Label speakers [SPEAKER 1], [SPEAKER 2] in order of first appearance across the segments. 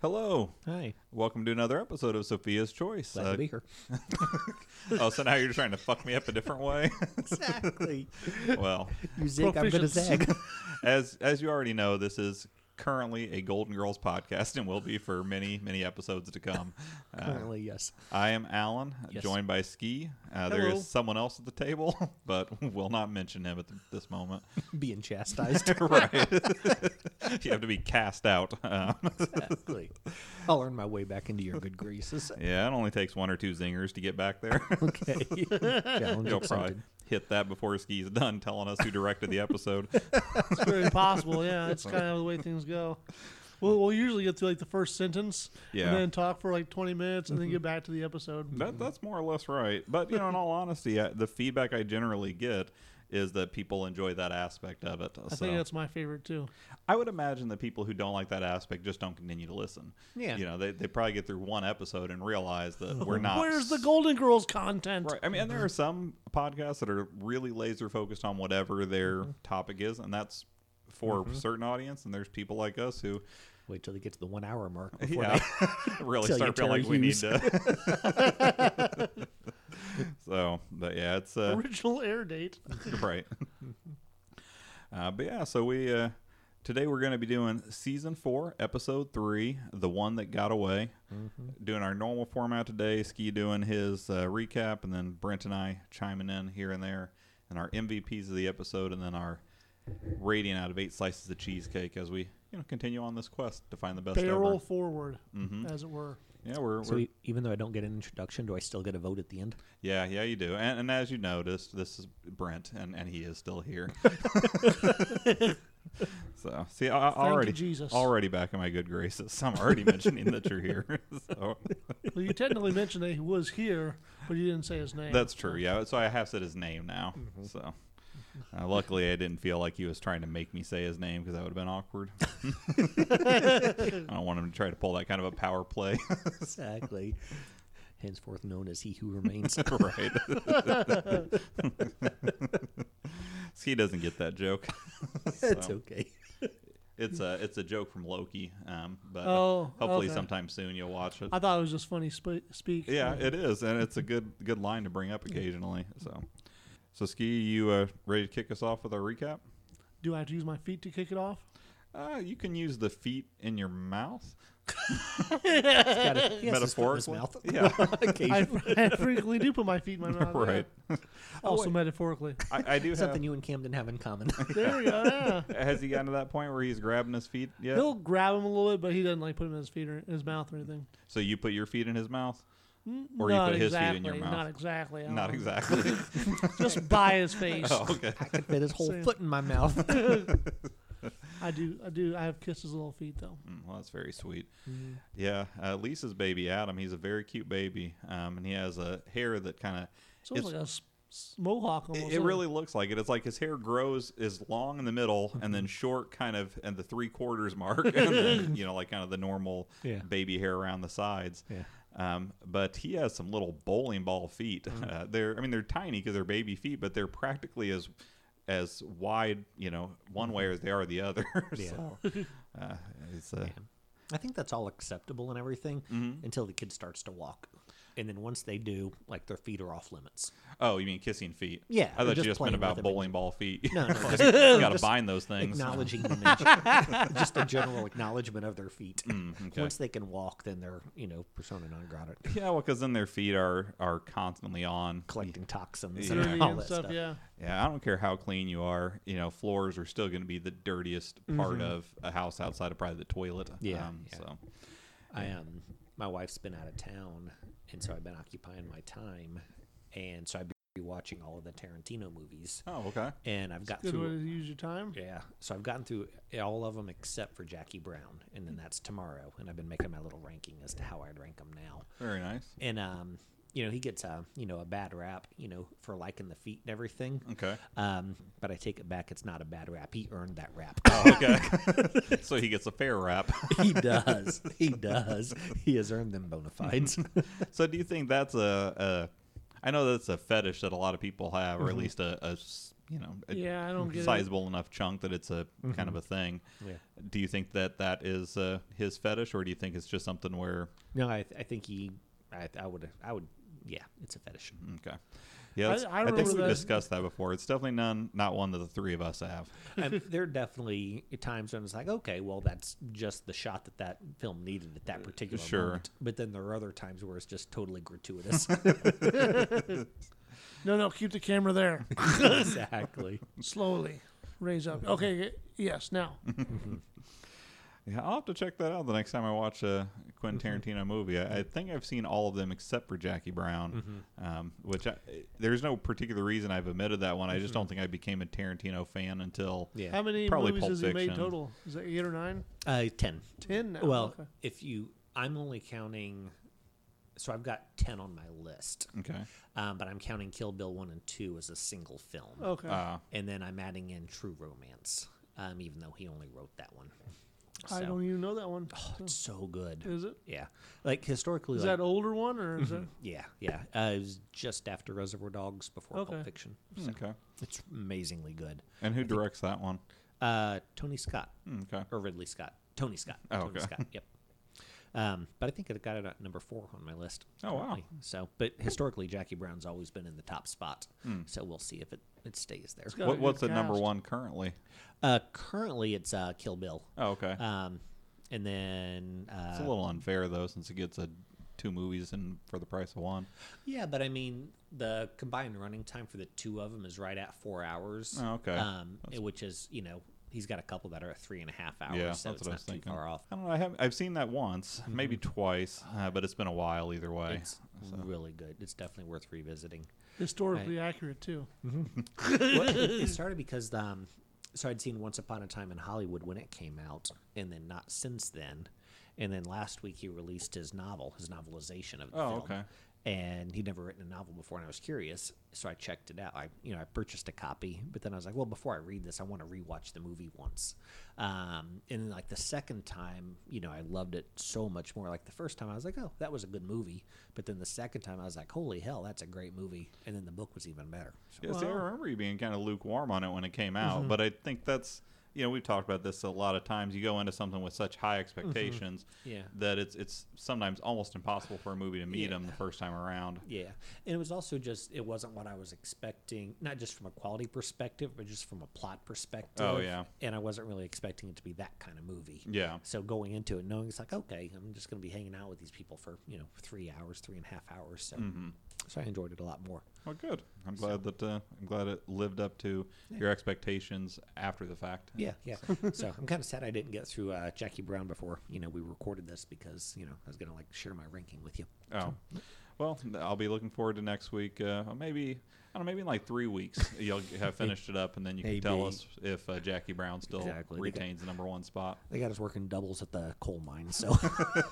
[SPEAKER 1] Hello.
[SPEAKER 2] Hi.
[SPEAKER 1] Welcome to another episode of Sophia's Choice.
[SPEAKER 2] Glad
[SPEAKER 1] Uh,
[SPEAKER 2] to be here.
[SPEAKER 1] oh, so now you're trying to fuck me up a different way?
[SPEAKER 2] Exactly.
[SPEAKER 1] well,
[SPEAKER 2] You zig, I'm going to
[SPEAKER 1] proficiency.
[SPEAKER 2] zag.
[SPEAKER 1] as as you already know, this is currently a Golden Girls podcast and will be for many, many episodes to come. Uh,
[SPEAKER 2] Currently, yes.
[SPEAKER 1] I am Alan,
[SPEAKER 2] Yes.
[SPEAKER 1] joined by Ski. Uh, there
[SPEAKER 2] Hello.
[SPEAKER 1] is someone else at the table, but we'll not mention him at th- this moment.
[SPEAKER 2] Being chastised.
[SPEAKER 1] right. you have to be cast out. Um,
[SPEAKER 2] exactly. I'll earn my way back into your good graces.
[SPEAKER 1] yeah, it only takes one or two zingers to get back there.
[SPEAKER 2] Okay. Challenge
[SPEAKER 1] You'll probably
[SPEAKER 2] accepted.
[SPEAKER 1] hit that before Ski's done telling us who directed the episode.
[SPEAKER 3] It's very possible. Yeah, that's kind of the way things go. We'll, we'll usually get to like the first sentence,
[SPEAKER 1] Yeah.
[SPEAKER 3] and then talk for like twenty minutes, and then get back to the episode.
[SPEAKER 1] That, that's more or less right. But you know, in all honesty, I, the feedback I generally get is that people enjoy that aspect of it.
[SPEAKER 3] I
[SPEAKER 1] so
[SPEAKER 3] think that's my favorite too.
[SPEAKER 1] I would imagine that people who don't like that aspect just don't continue to listen.
[SPEAKER 2] Yeah.
[SPEAKER 1] you know, they, they probably get through one episode and realize that we're not.
[SPEAKER 3] Where's the Golden Girls content?
[SPEAKER 1] Ah, Right. I mean, and there are some podcasts that are really laser focused on whatever their
[SPEAKER 3] Mm-hmm.
[SPEAKER 1] topic is, and that's for a certain audience. And there's people like us who,
[SPEAKER 2] Wait till they get to the one hour mark before
[SPEAKER 1] yeah, really
[SPEAKER 2] Tell
[SPEAKER 1] start
[SPEAKER 2] you
[SPEAKER 1] feeling like we
[SPEAKER 2] Terry
[SPEAKER 1] need
[SPEAKER 2] Hughes.
[SPEAKER 1] to. so, but yeah, it's uh,
[SPEAKER 3] Original air date.
[SPEAKER 1] right. Uh, but yeah, so we uh, today we're going to be doing season four, episode three, the one that got away.
[SPEAKER 2] Mm-hmm.
[SPEAKER 1] Doing our normal format today. Ski doing his uh, recap, and then Brent and I chiming in here and there, and our MVPs of the episode, and then our rating out of eight slices of cheesecake as we you know continue on this quest to find the best.
[SPEAKER 3] Barrel
[SPEAKER 1] Ever.
[SPEAKER 3] forward,
[SPEAKER 1] Mm-hmm.
[SPEAKER 3] as it were.
[SPEAKER 1] Yeah, we're,
[SPEAKER 2] they. So
[SPEAKER 1] we're
[SPEAKER 2] e- even though I don't get an introduction, do I still get a vote at the end?
[SPEAKER 1] yeah, yeah, you do. And, and as you noticed, this is Brent, and, and he is still here. so, see, I, I
[SPEAKER 3] Thank you,
[SPEAKER 1] already
[SPEAKER 3] Jesus.
[SPEAKER 1] already back in my good graces. I'm already mentioning that you're here. So
[SPEAKER 3] Well, you technically mentioned that he was here, but you Mm-hmm. didn't say his name.
[SPEAKER 1] that's true. Yeah. So I have said his name now. So. Uh, luckily, I didn't feel like he was trying to make me say his name because that would have been awkward. I don't want him to try to pull that kind of a power play.
[SPEAKER 2] Exactly. Henceforth known as He Who Remains.
[SPEAKER 1] right. he doesn't get that joke.
[SPEAKER 2] That's
[SPEAKER 1] So,
[SPEAKER 2] okay.
[SPEAKER 1] It's a it's a joke from Loki, um, but uh,
[SPEAKER 3] Oh,
[SPEAKER 1] hopefully
[SPEAKER 3] okay.
[SPEAKER 1] sometime soon you'll watch it.
[SPEAKER 3] I thought it was just funny sp- speak.
[SPEAKER 1] yeah, it is, and it's a good good line to bring up occasionally. So, so Ski, you uh, ready to kick us off with our recap?
[SPEAKER 3] Do I have to use my feet to kick it off?
[SPEAKER 1] Uh, you can use the feet in your mouth.
[SPEAKER 2] Got a- he has his foot in his
[SPEAKER 1] Metaphorically?
[SPEAKER 2] mouth.
[SPEAKER 1] Yeah.
[SPEAKER 3] I,
[SPEAKER 2] Occasionally.
[SPEAKER 3] I frequently do put my feet in my mouth. Oh, yeah.
[SPEAKER 1] right. Oh,
[SPEAKER 3] Also
[SPEAKER 2] wait.
[SPEAKER 3] metaphorically.
[SPEAKER 1] I, I do have.
[SPEAKER 2] Something you and Camden have in common.
[SPEAKER 3] There we go. Yeah.
[SPEAKER 1] Has he gotten to that point where he's grabbing his feet yet?
[SPEAKER 3] He'll grab him a little bit, but he doesn't like put him in his feet or in his mouth or anything.
[SPEAKER 1] So you put your feet in his mouth, or you
[SPEAKER 3] not
[SPEAKER 1] put his feet
[SPEAKER 3] exactly,
[SPEAKER 1] in your mouth?
[SPEAKER 3] Not exactly. I don't
[SPEAKER 1] Not
[SPEAKER 3] know.
[SPEAKER 1] exactly.
[SPEAKER 3] Just by his face.
[SPEAKER 1] oh, okay.
[SPEAKER 2] I could fit his whole
[SPEAKER 3] Same.
[SPEAKER 2] foot in my mouth.
[SPEAKER 3] I do. I do. I have kissed his little feet though.
[SPEAKER 1] Mm, well, that's very sweet.
[SPEAKER 3] Mm-hmm.
[SPEAKER 1] Yeah, uh, Lisa's baby Adam. He's a very cute baby, um, and he has a hair that kind
[SPEAKER 3] So it's
[SPEAKER 1] It's-
[SPEAKER 3] like a s- s- mohawk
[SPEAKER 1] of.
[SPEAKER 3] almost.
[SPEAKER 1] It,
[SPEAKER 3] isn't
[SPEAKER 1] really looks like it. It's like his hair grows is long in the middle and
[SPEAKER 2] Mm-hmm.
[SPEAKER 1] then short, kind of, and the three quarters mark, and then, you know, like kind of the normal
[SPEAKER 2] Yeah.
[SPEAKER 1] baby hair around the sides.
[SPEAKER 2] Yeah.
[SPEAKER 1] Um, but he has some little bowling ball feet.
[SPEAKER 2] Mm.
[SPEAKER 1] Uh, they're, I mean, they're tiny because they're baby feet, but they're practically as as wide, you know, one way as they are the other.
[SPEAKER 2] Mm-hmm. Yeah.
[SPEAKER 1] so, uh, it's uh,
[SPEAKER 2] I think that's all acceptable and everything
[SPEAKER 1] Mm-hmm.
[SPEAKER 2] until the kid starts to walk. And then once they do, like their feet are off limits.
[SPEAKER 1] Oh, you mean kissing feet?
[SPEAKER 2] Yeah,
[SPEAKER 1] I
[SPEAKER 2] or
[SPEAKER 1] thought
[SPEAKER 2] just
[SPEAKER 1] you just meant
[SPEAKER 2] playing
[SPEAKER 1] about
[SPEAKER 2] with 'em and-
[SPEAKER 1] bowling ball feet.
[SPEAKER 2] No, no,
[SPEAKER 1] Like,
[SPEAKER 2] just-
[SPEAKER 1] you got to
[SPEAKER 2] just
[SPEAKER 1] bind those things.
[SPEAKER 2] Acknowledging them, in- just a general acknowledgement of their feet.
[SPEAKER 1] Mm, okay.
[SPEAKER 2] Once they can walk, then they're you know persona non grata,
[SPEAKER 1] Yeah, well, because then their feet are are constantly on.
[SPEAKER 2] collecting toxins
[SPEAKER 1] Yeah.
[SPEAKER 3] Dirty
[SPEAKER 2] and all
[SPEAKER 3] and
[SPEAKER 2] that
[SPEAKER 3] stuff,
[SPEAKER 2] stuff.
[SPEAKER 3] Yeah.
[SPEAKER 1] Yeah, I don't care how clean you are. You know, floors are still going to be the dirtiest
[SPEAKER 3] Mm-hmm.
[SPEAKER 1] part of a house outside of probably the toilet.
[SPEAKER 2] Yeah,
[SPEAKER 1] Um,
[SPEAKER 2] yeah.
[SPEAKER 1] So
[SPEAKER 2] I um, my wife's been out of town, and so I've been occupying my time, and so I've been watching all of the Tarantino movies,
[SPEAKER 1] oh, okay.
[SPEAKER 2] and I've got
[SPEAKER 3] Good way
[SPEAKER 2] through
[SPEAKER 3] to use your time.
[SPEAKER 2] Yeah. So I've gotten through all of them except for Jackie Brown, and then that's tomorrow. And I've been making my little ranking as to how I'd rank them now.
[SPEAKER 1] Very nice.
[SPEAKER 2] And um, you know, he gets a you know a bad rap, you know, for liking the feet and everything.
[SPEAKER 1] Okay.
[SPEAKER 2] Um, but I take it back. It's not a bad rap. He earned that rap.
[SPEAKER 1] Okay. so he gets a fair rap.
[SPEAKER 2] he does. He does. He has earned them bona fides.
[SPEAKER 1] so do you think that's a, a? I know that's a fetish that a lot of people have, or at least a, a s- you know, a
[SPEAKER 3] Mm-hmm. Yeah, I don't get it. Mm-hmm.
[SPEAKER 1] sizable enough chunk that it's a kind of a thing.
[SPEAKER 2] Yeah.
[SPEAKER 1] Do you think that that is uh, his fetish, or do you think it's just something where
[SPEAKER 2] No, I, th- I think he. I, I would. I would. Yeah, it's a fetish.
[SPEAKER 1] okay, yeah, that's-
[SPEAKER 3] I
[SPEAKER 1] I, think
[SPEAKER 3] remember
[SPEAKER 1] we
[SPEAKER 3] that-
[SPEAKER 1] discussed that before. It's definitely none, not one that the three of us have.
[SPEAKER 2] um, there are definitely times when it's like, okay, well, that's just the shot that that film needed at
[SPEAKER 3] Uh,
[SPEAKER 2] that particular
[SPEAKER 1] sure.
[SPEAKER 2] moment. But then there are other times where it's just totally gratuitous.
[SPEAKER 3] No, no, keep the camera there.
[SPEAKER 2] exactly.
[SPEAKER 3] Slowly. Raise up. Okay, yes, now.
[SPEAKER 1] Mm. Yeah, I'll have to check that out the next time I watch a Quentin
[SPEAKER 3] Mm-hmm.
[SPEAKER 1] Tarantino movie. I, I think I've seen all of them except for Jackie Brown,
[SPEAKER 3] Mm-hmm.
[SPEAKER 1] um, which I, there's no particular reason I've omitted that one. I
[SPEAKER 3] Mm-hmm.
[SPEAKER 1] just don't think I became a Tarantino fan until
[SPEAKER 2] Yeah.
[SPEAKER 3] How many
[SPEAKER 1] Probably
[SPEAKER 3] movies
[SPEAKER 1] Pulp
[SPEAKER 3] has he made
[SPEAKER 1] Fiction.
[SPEAKER 3] total? Is that eight or nine?
[SPEAKER 2] Uh, ten.
[SPEAKER 3] Ten now.
[SPEAKER 2] Well,
[SPEAKER 3] Oh, okay.
[SPEAKER 2] if you, I'm only counting. So I've got ten on my list,
[SPEAKER 1] Okay,
[SPEAKER 2] um, but I'm counting Kill Bill one and two as a single film,
[SPEAKER 3] Okay.
[SPEAKER 1] uh,
[SPEAKER 2] and then I'm adding in True Romance, um, even though he only wrote that one.
[SPEAKER 3] I
[SPEAKER 2] so-
[SPEAKER 3] don't even know that one.
[SPEAKER 2] It's so good.
[SPEAKER 3] Is it?
[SPEAKER 2] Yeah, like historically,
[SPEAKER 3] Is
[SPEAKER 2] Oh, like,
[SPEAKER 3] that older one or is it?
[SPEAKER 2] Yeah, yeah. Uh, it was just after Reservoir Dogs before
[SPEAKER 3] Okay.
[SPEAKER 2] Pulp Fiction.
[SPEAKER 1] okay.
[SPEAKER 2] It's amazingly good.
[SPEAKER 1] And who directs that one?
[SPEAKER 2] Uh, Tony Scott
[SPEAKER 1] Okay,
[SPEAKER 2] or Ridley Scott? Tony Scott.
[SPEAKER 1] Oh,
[SPEAKER 2] Tony
[SPEAKER 1] okay.
[SPEAKER 2] Scott. Yep. Um, but I think it got it at number four on my list.
[SPEAKER 1] Oh, wow.
[SPEAKER 2] currently. So, but historically, Jackie Brown's always been in the top spot.
[SPEAKER 1] Hmm.
[SPEAKER 2] So we'll see if it, it stays there.
[SPEAKER 3] got a
[SPEAKER 1] what,
[SPEAKER 3] good
[SPEAKER 1] what's at number
[SPEAKER 3] uh, cast.
[SPEAKER 1] one currently?
[SPEAKER 2] Uh, currently, it's uh, Kill Bill.
[SPEAKER 1] Oh, okay.
[SPEAKER 2] Um, and then uh,
[SPEAKER 1] It's a little unfair though, since it gets a two movies and for the price of one.
[SPEAKER 2] Yeah, but I mean, the combined running time for the two of them is right at four hours.
[SPEAKER 1] Oh, okay.
[SPEAKER 2] Um, which is, you know, he's got a couple that are at three and a half hours,
[SPEAKER 1] yeah,
[SPEAKER 2] so
[SPEAKER 1] that's
[SPEAKER 2] it's
[SPEAKER 1] what I
[SPEAKER 2] not
[SPEAKER 1] was
[SPEAKER 2] too
[SPEAKER 1] thinking.
[SPEAKER 2] far off.
[SPEAKER 1] I don't know. I have I've seen that once, maybe twice, uh, but it's been a while either way.
[SPEAKER 2] It's really good. It's definitely worth revisiting.
[SPEAKER 3] Historically accurate too.
[SPEAKER 2] Well, it started because, um, so I'd seen Once Upon a Time in Hollywood when it came out, and then not since then. And then last week he released his novel, his novelization of the
[SPEAKER 1] Oh,
[SPEAKER 2] film.
[SPEAKER 1] okay.
[SPEAKER 2] And he'd never written a novel before, and I was curious, so I checked it out. I, you know, I purchased a copy, but then I was like, well, before I read this, I want to rewatch the movie once. Um, and then, like the second time, you know, I loved it so much more. Like the first time, I was like, oh, that was a good movie, but then the second time, I was like, holy hell, that's a great movie. And then the book was even better. So,
[SPEAKER 1] Yeah, see, I remember you being kind of lukewarm on it when it came
[SPEAKER 2] Mm-hmm.
[SPEAKER 1] out, but I think that's you know we've talked about this a lot of times. You go into something with such high expectations
[SPEAKER 2] Mm-hmm. Yeah.
[SPEAKER 1] that it's it's sometimes almost impossible for a movie to meet
[SPEAKER 2] Yeah.
[SPEAKER 1] them the first time around.
[SPEAKER 2] Yeah, and it was also just it wasn't what I was expecting, not just from a quality perspective, but just from a plot perspective.
[SPEAKER 1] Oh, yeah.
[SPEAKER 2] and I wasn't really expecting it to be that kind of movie.
[SPEAKER 1] Yeah.
[SPEAKER 2] So going into it, knowing it's like, okay, I'm just going to be hanging out with these people for you know three hours, three and a half hours. So,
[SPEAKER 1] Mm-hmm.
[SPEAKER 2] so I enjoyed it a lot more.
[SPEAKER 1] Well, good. I'm glad that uh, I'm glad it lived up to your expectations after the fact.
[SPEAKER 2] Yeah, yeah. so I'm kind of sad I didn't get through uh, Jackie Brown before you know we recorded this because you know I was going to like share my ranking with you.
[SPEAKER 1] Oh, well, I'll be looking forward to next week. Uh, maybe I don't know. Maybe in like three weeks, you'll have finished it up, and then you can tell
[SPEAKER 2] Maybe.
[SPEAKER 1] us if uh, Jackie Brown still
[SPEAKER 2] Exactly.
[SPEAKER 1] retains the number one spot.
[SPEAKER 2] They got us working doubles at the coal mine, so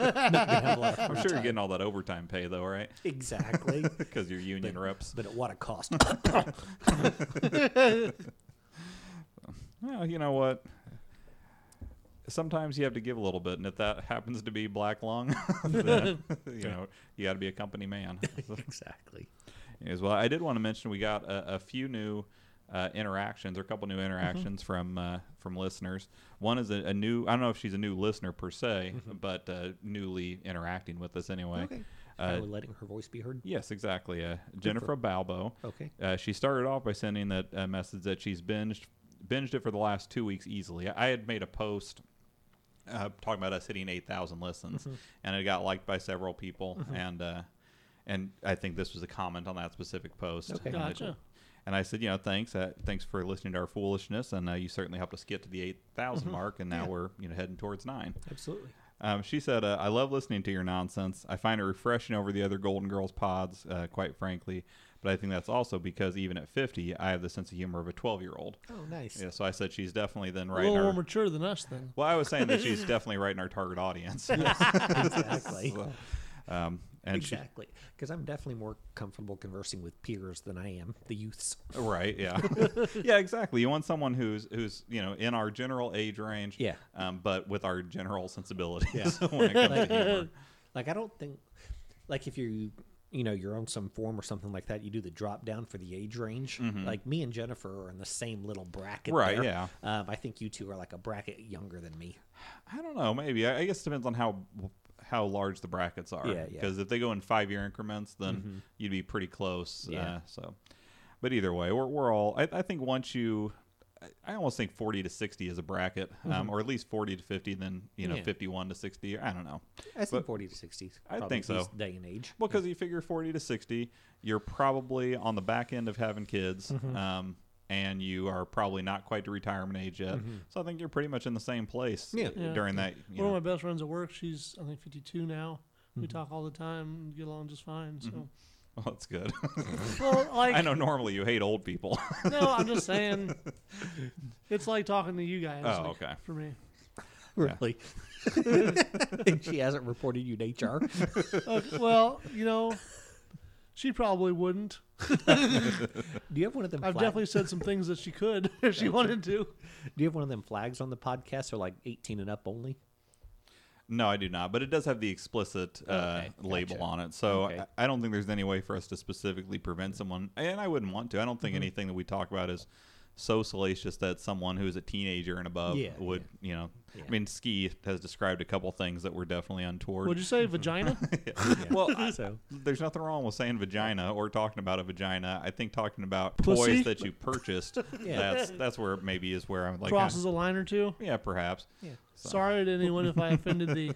[SPEAKER 2] not gonna have a lot
[SPEAKER 1] I'm
[SPEAKER 2] of free
[SPEAKER 1] sure you're
[SPEAKER 2] time.
[SPEAKER 1] getting all that overtime pay though, right?
[SPEAKER 2] exactly.
[SPEAKER 1] Because you're union reps.
[SPEAKER 2] but at what a cost.
[SPEAKER 1] Well, you know what? Sometimes you have to give a little bit, and if that happens to be black lung, then you know you got to be a company man.
[SPEAKER 2] exactly.
[SPEAKER 1] as well. I did want to mention we got a, a few new uh, interactions or a couple
[SPEAKER 2] Mm-hmm.
[SPEAKER 1] new interactions from uh, from listeners. One is a, a new I don't know if she's a new listener per se, but uh, newly interacting with us anyway.
[SPEAKER 2] Mm-hmm. Okay.
[SPEAKER 1] Uh,
[SPEAKER 2] Finally letting her voice be heard.
[SPEAKER 1] yes, exactly. Uh, Jennifer Balbo.
[SPEAKER 2] Okay.
[SPEAKER 1] Uh, she started off by sending that uh, message that she's binged binged it for the last two weeks easily. I, I had made a post uh, talking about us hitting eight thousand listens, and it got liked by several people, and uh, and I think this was a comment on that specific post.
[SPEAKER 2] Okay.
[SPEAKER 1] And it-
[SPEAKER 3] Gotcha.
[SPEAKER 1] and I said, you know, thanks, uh, thanks for listening to our foolishness, and uh, you certainly helped us get to the eight mark, and now we're you know heading towards nine.
[SPEAKER 2] Absolutely.
[SPEAKER 1] Um, she said, uh, I love listening to your nonsense. I find it refreshing over the other Golden Girls pods, uh, quite frankly. But I think that's also because even at 50, I have the sense of humor of a 12 year old.
[SPEAKER 2] Oh, nice.
[SPEAKER 1] Yeah, so I said she's definitely then
[SPEAKER 3] A
[SPEAKER 1] right in
[SPEAKER 3] little more
[SPEAKER 1] our.
[SPEAKER 3] mature than us then.
[SPEAKER 1] Well, I was saying that she's definitely right in our target audience.
[SPEAKER 2] exactly.
[SPEAKER 1] So, um, and she,
[SPEAKER 2] exactly. Because I'm definitely more comfortable conversing with peers than I am the youths.
[SPEAKER 1] Right. Yeah. yeah. Exactly. You want someone who's who's you know in our general age range.
[SPEAKER 2] Yeah.
[SPEAKER 1] Um, but with our general sensibilities when it comes to humor.
[SPEAKER 2] Like I don't think, like if you you know you're on some form or something like that, you do the drop down for the age range. Like me and Jennifer are in the same little bracket,
[SPEAKER 1] Mm-hmm. Right,
[SPEAKER 2] there.
[SPEAKER 1] yeah.
[SPEAKER 2] Um, I think you two are like a bracket younger than me.
[SPEAKER 1] I don't know. Maybe I, I guess it depends on how how large the brackets are.
[SPEAKER 2] Yeah, yeah.
[SPEAKER 1] Because if they go in five year increments, then you'd be pretty close.
[SPEAKER 2] Yeah.
[SPEAKER 1] Uh, so, but either way, we're we're all. I, I think once you. I- I almost think 40 to 60 is a bracket, um, or at least 40 to 50, then you know
[SPEAKER 2] Mm-hmm. Yeah.
[SPEAKER 1] 51 to 60. I don't know.
[SPEAKER 2] I think
[SPEAKER 1] But-
[SPEAKER 2] forty to sixty.
[SPEAKER 1] I
[SPEAKER 2] probably
[SPEAKER 1] think so.
[SPEAKER 2] this Day and age.
[SPEAKER 1] Well, because you figure 40 to 60, you're probably on the back end of having kids,
[SPEAKER 2] Mm-hmm.
[SPEAKER 1] um, and you are probably not quite to retirement age yet. So I think you're pretty much in the same place
[SPEAKER 2] Mm-hmm. Yeah.
[SPEAKER 3] Yeah.
[SPEAKER 1] during that. You
[SPEAKER 3] One
[SPEAKER 1] know.
[SPEAKER 3] of my best friends at work, she's I think 52 now. We
[SPEAKER 1] Mm-hmm.
[SPEAKER 3] talk all the time, get along just fine. So,
[SPEAKER 1] Well, that's good.
[SPEAKER 3] well, like
[SPEAKER 1] Mm-hmm. I know normally you hate old people.
[SPEAKER 3] No, I'm just saying, it's like talking to you guys.
[SPEAKER 1] Oh,
[SPEAKER 3] like,
[SPEAKER 1] okay.
[SPEAKER 3] For me,
[SPEAKER 2] Really? and she hasn't reported you to HR.
[SPEAKER 3] Uh, well, you know, she probably wouldn't.
[SPEAKER 2] Do you have one of them?
[SPEAKER 3] I've
[SPEAKER 2] flag-
[SPEAKER 3] definitely said some things that she could if she wanted to.
[SPEAKER 2] Do you have one of them flags on the podcast? Or like eighteen and up only?
[SPEAKER 1] no, I do not. But it does have the explicit uh,
[SPEAKER 2] Okay,
[SPEAKER 1] label
[SPEAKER 2] gotcha.
[SPEAKER 1] on it. So
[SPEAKER 2] Okay.
[SPEAKER 1] I, I don't think there's any way for us to specifically prevent someone. And I wouldn't want to. I don't
[SPEAKER 2] Mm-hmm.
[SPEAKER 1] think anything that we talk about is so salacious that someone who is a teenager and above
[SPEAKER 2] Yeah,
[SPEAKER 1] would, you know.
[SPEAKER 2] Yeah.
[SPEAKER 1] I mean, Ski has described a couple things that were definitely untoward.
[SPEAKER 3] Would you say vagina?
[SPEAKER 1] Well,
[SPEAKER 2] I, so
[SPEAKER 1] There's nothing wrong with saying vagina or talking about a vagina. I think talking about
[SPEAKER 3] Pussy?
[SPEAKER 1] toys that you purchased, that's that's where maybe is where I'm like, "Ah,
[SPEAKER 3] Crosses a line or two.
[SPEAKER 1] yeah, perhaps.
[SPEAKER 2] yeah.
[SPEAKER 3] Sorry to anyone if I offended the.